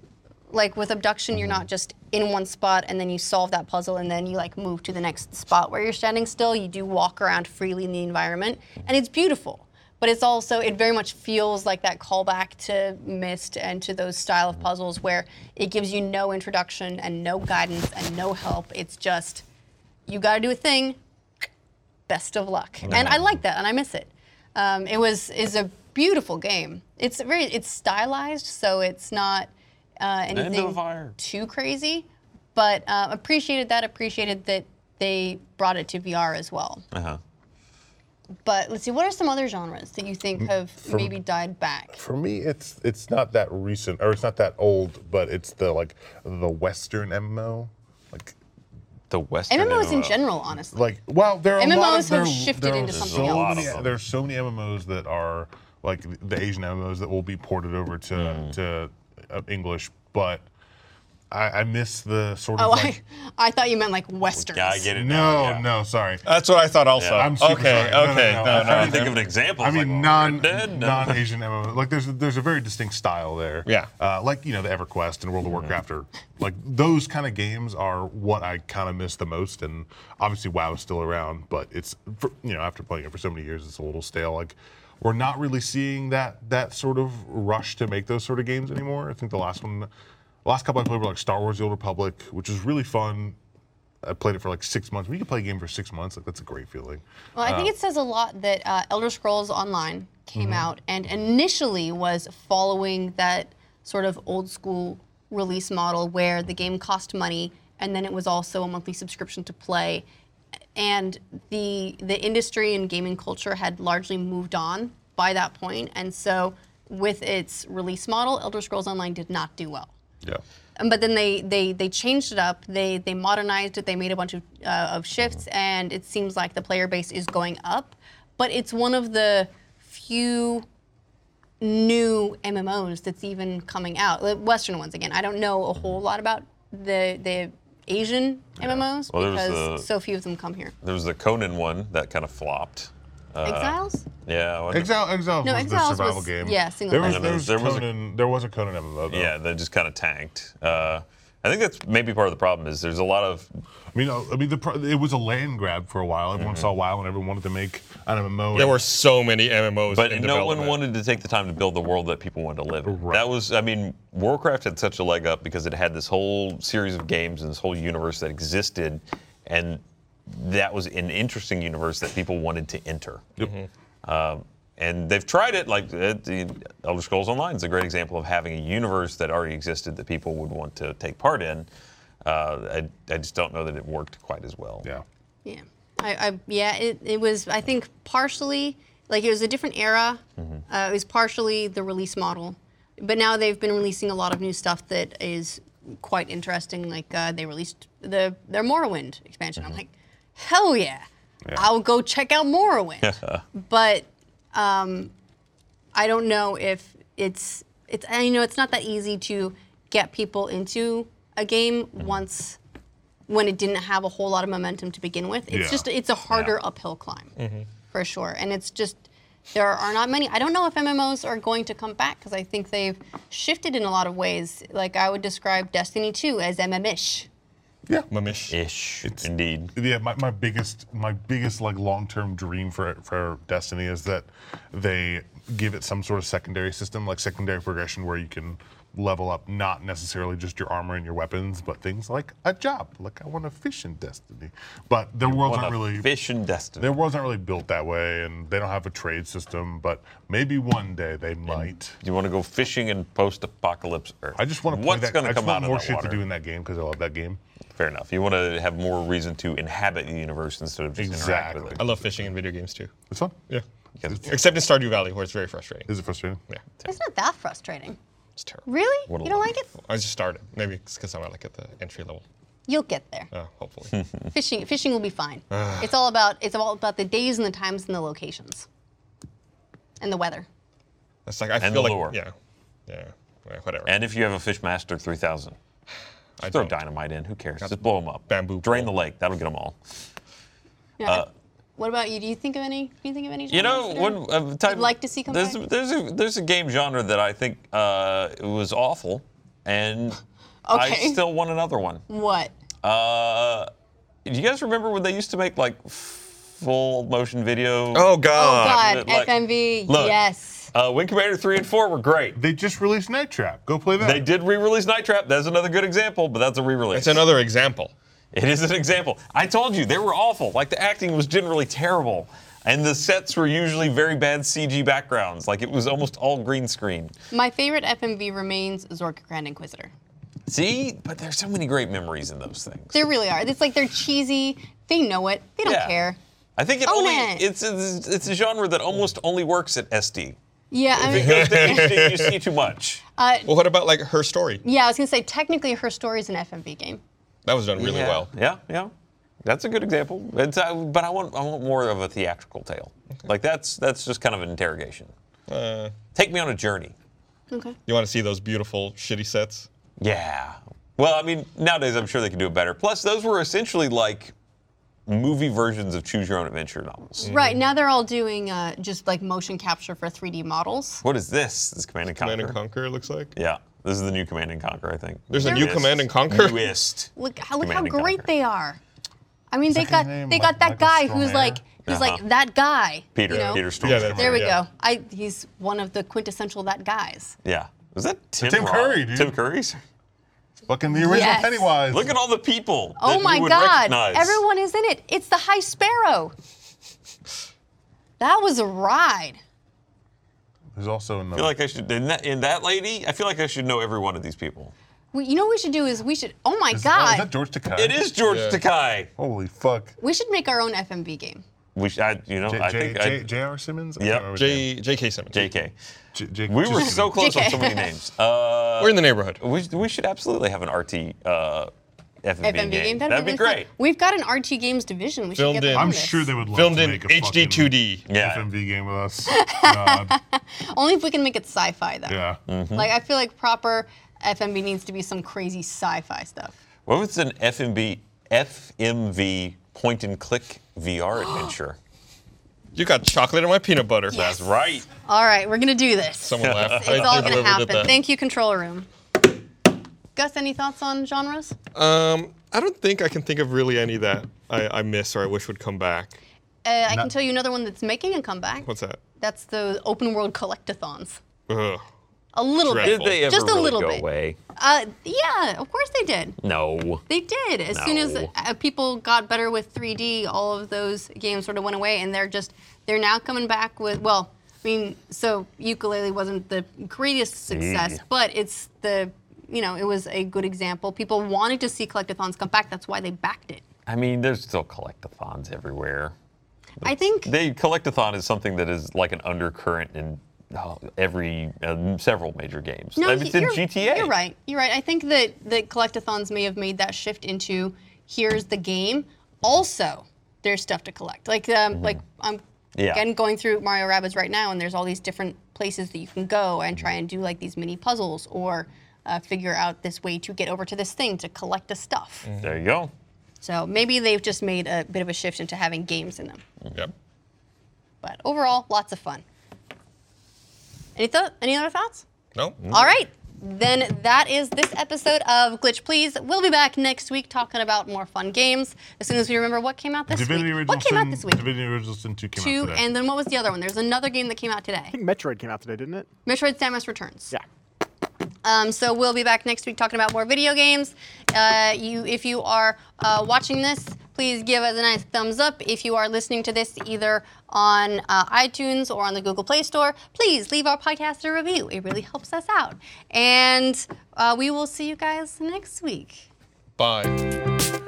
like with abduction. You're
Mm-hmm.
not just in one spot and then you solve that puzzle and then you like move to the next spot where you're standing still. You do walk around freely in the environment, and it's beautiful. But it's also it very much feels like that callback to Myst and to those style of puzzles where it gives you no introduction and no guidance and no help. It's just you got to do a thing. Best of luck. And I like that, and I miss it. Um, it was is a beautiful game. It's very it's stylized, so it's not uh, anything
fire.
too crazy. But uh, appreciated that. Appreciated that they brought it to VR as well.
Uh huh.
But let's see, what are some other genres that you think have maybe died back?
For me, it's it's not that recent, or it's not that old, but it's the like the Western MMO, like
The Western
MMOs in general, honestly.
like well, there are a
MMOs
lot
have
of, there,
shifted
there are
into something
so
else.
Many,
Lot of them.
there are so many MMOs that are like the Asian MMOs that will be ported over to to uh, English, but I, I miss the sort of
oh,
like.
I, I thought you meant like westerns.
Yeah, I get it.
no,
now, yeah.
no, sorry.
That's what I thought also.
I'm super
okay,
sorry. No, no,
okay.
no, I
No, no,
was
I
trying
didn't think of an example.
I
was
mean,
like, well,
non
Red Dead? No.
non-Asian MMO. Like there's there's a very distinct style there.
Yeah.
Uh, like you know the EverQuest and World of Warcraft are like those kind of games are what I kind of miss the most. And obviously WoW is still around, but it's for, you know after playing it for so many years, it's a little stale. Like we're not really seeing that that sort of rush to make those sort of games anymore. I think the last one, last couple I played were like Star Wars: The Old Republic, which is really fun. I played it for like six months. When you can play a game for six months, like that's a great feeling.
Well, I think it says a lot that uh, Elder Scrolls Online came out and initially was following that sort of old school release model where the game cost money and then it was also a monthly subscription to play. And the the industry and gaming culture had largely moved on by that point, and so with its release model, Elder Scrolls Online did not do well.
Yeah.
Um, but then they, they they changed it up. They they modernized it. They made a bunch of uh, of shifts, and it seems like the player base is going up. But it's one of the few new MMOs that's even coming out. The Western ones again. I don't know a
Mm-hmm.
whole lot about the the Asian MMOs
Well, there was
because
the-
so few of them come here.
There was the Conan one that kind of flopped.
Exiles.
Yeah. I wonder-
Exile, Exiles
No,
was
Exiles
the survival
was-
game.
yeah, single
there was,
player.
there was
There was a-
Conan, there was a Conan MMO. Though.
Yeah, that just kind of tanked. Uh, I think that's maybe part of the problem is there's a lot of
I mean, uh, I mean, the pro- it was a land grab for a while. Everyone saw
Mm-hmm.
WoW, and everyone wanted to make an MMO.
There were so many MMOs.
But
in
no one
development.
wanted to take the time to build the world that people wanted to live in.
Right.
That was, I mean, Warcraft had such a leg up because it had this whole series of games and this whole universe that existed, and that was an interesting universe that people wanted to enter. Um, and they've tried it, like uh, the Elder Scrolls Online is a great example of having a universe that already existed that people would want to take part in. Uh, I, I just don't know that it worked quite as well.
yeah,
Yeah. I, I yeah, it, it was I think partially like it was a different era. Uh, it was partially the release model, but now they've been releasing a lot of new stuff that is quite interesting. Like uh, they released the their Morrowind expansion. I'm like, hell yeah, I'll go check out Morrowind. but um, I don't know if it's it's I know it's not that easy to get people into a game once when it didn't have a whole lot of momentum to begin with. It's
Yeah.
just it's a harder uphill climb for sure, and it's just. There are not many. I don't know if MMOs are going to come back because I think they've shifted in a lot of ways. Like I would describe Destiny 2 as MMish.
Mamish.
Ish, indeed.
Yeah, my, my biggest my biggest like long term dream for for Destiny is that they give it some sort of secondary system, like secondary progression where you can level up not necessarily just your armor and your weapons, but things like a job. Like I want to fish in Destiny. But their worlds
What
aren't
a
really
fish and destiny.
their worlds aren't really built that way and they don't have a trade system, but maybe one day they might.
You want to go fishing in post-apocalypse Earth?
I just want to play
What's
that.
going
I
to
just
come
want
out
more
of that
shit
water?
to do in that game because I love that game.
Fair enough. You want to have more reason to inhabit the universe instead of just interact with
Exactly.
it.
I love fishing in video games too.
It's fun.
Yeah.
Yes.
Except in Stardew Valley, where it's very frustrating.
Is it frustrating?
Yeah,
It's not that frustrating.
it's terrible.
Really?
What a
you don't
lot.
like it?
I just started. Maybe it's because I'm not like at the entry level.
You'll get there.
Uh,
Hmm.
hopefully.
Fishing fishing will be fine.
Ah.
it's all about it's all about the days and the times and the locations. And the weather.
That's like I
And
feel
the
like
lure.
yeah, yeah, yeah, whatever.
And if you have a Fishmaster 3000,
I
throw
don't.
dynamite in. Who cares? Just blow them up.
bamboo
Drain the lake. That'll get them all.
Yeah. what about you? Do you think of any? Do you think of any?
Uh, You
genres
know,
that
one
are-
uh, type.
You'd like to see come
there's,
back?
There's a, there's a game genre that I think uh, was awful, and I
Okay.
still want another one.
what?
Uh, do you guys remember when they used to make like full motion video?
oh
Oh
God.
God,
Ah, like-
FMV.
look.
yes.
Uh, Wing Commander 3 and 4 were great.
They just released Night Trap. Go play that.
They did re-release Night Trap. That's another good example, but that's a re-release.
It's another example.
It is an example. I told you they were awful. Like the acting was generally terrible, and the sets were usually very bad CG backgrounds. Like it was almost all green screen.
My favorite FMV remains Zorka Grand Inquisitor.
See, but there's so many great memories in those things.
They really are. It's like they're cheesy. They know it. They don't
Yeah.
care.
I think it
Own
only
it.
It's, it's it's a genre that almost only works at SD.
Yeah. I mean, uh,
Because the HD you see too much.
Well, what about like her story?
yeah. I was gonna say technically her story is an FMV game.
That was done really
yeah.
well.
Yeah, yeah. That's a good example. It's, uh, but I want I want more of a theatrical tale. Like that's that's just kind of an interrogation.
Uh.
Take me on a journey.
Okay.
You want to see those beautiful shitty sets?
Yeah. Well, I mean, nowadays I'm sure they can do it better. Plus, those were essentially like movie versions of choose your own adventure novels.
Mm.
Right now they're all doing uh, just like motion capture for 3D models.
What is this? This Command and Conquer.
Command and Conquer, it looks like.
Yeah, this is the new Command and Conquer, I think.
There's a
The
new
newest-
Command and Conquer?
Newest.
Look how look how
Command and
great
Conquer.
they are. I mean, they
that his
got
name?
they
Mi-
got that
Michael
guy who's
Stormare?
like who's
Uh-huh.
like that guy.
Peter.
you know?
Peter Stormare.
Yeah, that's
There we
Yeah.
go. I he's one of the quintessential that guys.
Yeah. Was that Tim,
Tim
Roth?
Curry, dude.
Tim Curry's?
Fucking the original
Yes.
Pennywise.
Look at all the people. that
Oh
you
my
would
God!
recognize.
Everyone is in it. It's the High Sparrow. That was a ride.
There's also another.
I feel like I should, in that, in that lady, I feel like I should know every one of these people.
We, you know what we should do is we should. Oh my
Is- oh, is
God!
that George Takei?
It is George
Yeah.
Takai.
Holy fuck.
we should make our own FMV game.
We, sh- I, you know,
J-
I
J-
think I-
J- J.R. Simmons? I
Yep.
can't remember his name.
J. J.K. Simmons.
JK.
J- Jake-
We were
Jake
so
Simmons.
close on
JK.
so many names. Uh,
We're in the neighborhood.
we, we should absolutely have an RT uh, FMV,
FMV
game.
game.
That'd be
really fun.
great.
We've got an RT Games division. We
Filmed
should get
in-
them on
I'm
this.
sure they would love
Filmed
to
in
make a
HD
fucking
2D.
Yeah.
FMV game with us. God,
Only if we can make it sci-fi though.
yeah.
Mm.
Like I feel like proper FMV needs to be some crazy sci-fi stuff.
What was an FMV FMV point and click VR adventure?
You got chocolate in my peanut butter.
Yes.
right.
All right, we're gonna do this.
Someone
it's
laughed.
all gonna
delivered it
happen.
that.
Thank you, control room. Gus, any thoughts on genres?
Um, I don't think I can think of really any that I, I miss or I wish would come back.
Uh, I can
Not-
tell you another one that's making a comeback.
What's that?
That's the open world collectathons.
Ugh.
A little
Dreadful.
bit.
Did they ever
Just a
really
little
go
bit.
away?
Uh, yeah, of course they did.
No.
They did. As soon as
No.
uh, people got better with 3D, all of those games sort of went away, and they're just they're now coming back with well, I mean, so ukulele wasn't the greatest success,
Yeah.
but it's the you know it was a good example. People wanted to see collectathons come back. That's why they backed it.
I mean, there's still collectathons everywhere.
I think
They collectathon is something that is like an undercurrent in oh, every uh, several major games.
No,
Like,
he-
it's in
you're,
GTA.
You're right. You're right. I think that that collectathons may have made that shift into here's the game. Also, there's stuff to collect. Like um, like I'm
Mm-hmm. Yeah.
again going through Mario Rabbids right now, and there's all these different places that you can go and try and do like these mini puzzles or uh, figure out this way to get over to this thing to collect the stuff.
There you go.
So maybe they've just made a bit of a shift into having games in them.
Yep.
But overall, lots of fun. Any thought? Any other thoughts?
No.
All right. Then that is this episode of Glitch Please. We'll be back next week talking about more fun games as soon as we remember what came out this
Divinity
week.
Original
What came out
Sin-
this week?
Divinity Original Sin 2 came out
Two,
today.
and then what was the other one? There's another game that came out today.
I think Metroid came out today, didn't it?
Metroid Samus Returns.
Yeah.
Um, so we'll be back next week talking about more video games. Uh, you, if you are uh, watching this, please give us a nice thumbs up. If you are listening to this either on uh, iTunes or on the Google Play Store, please leave our podcast a review. It really helps us out. And uh, we will see you guys next week.
Bye.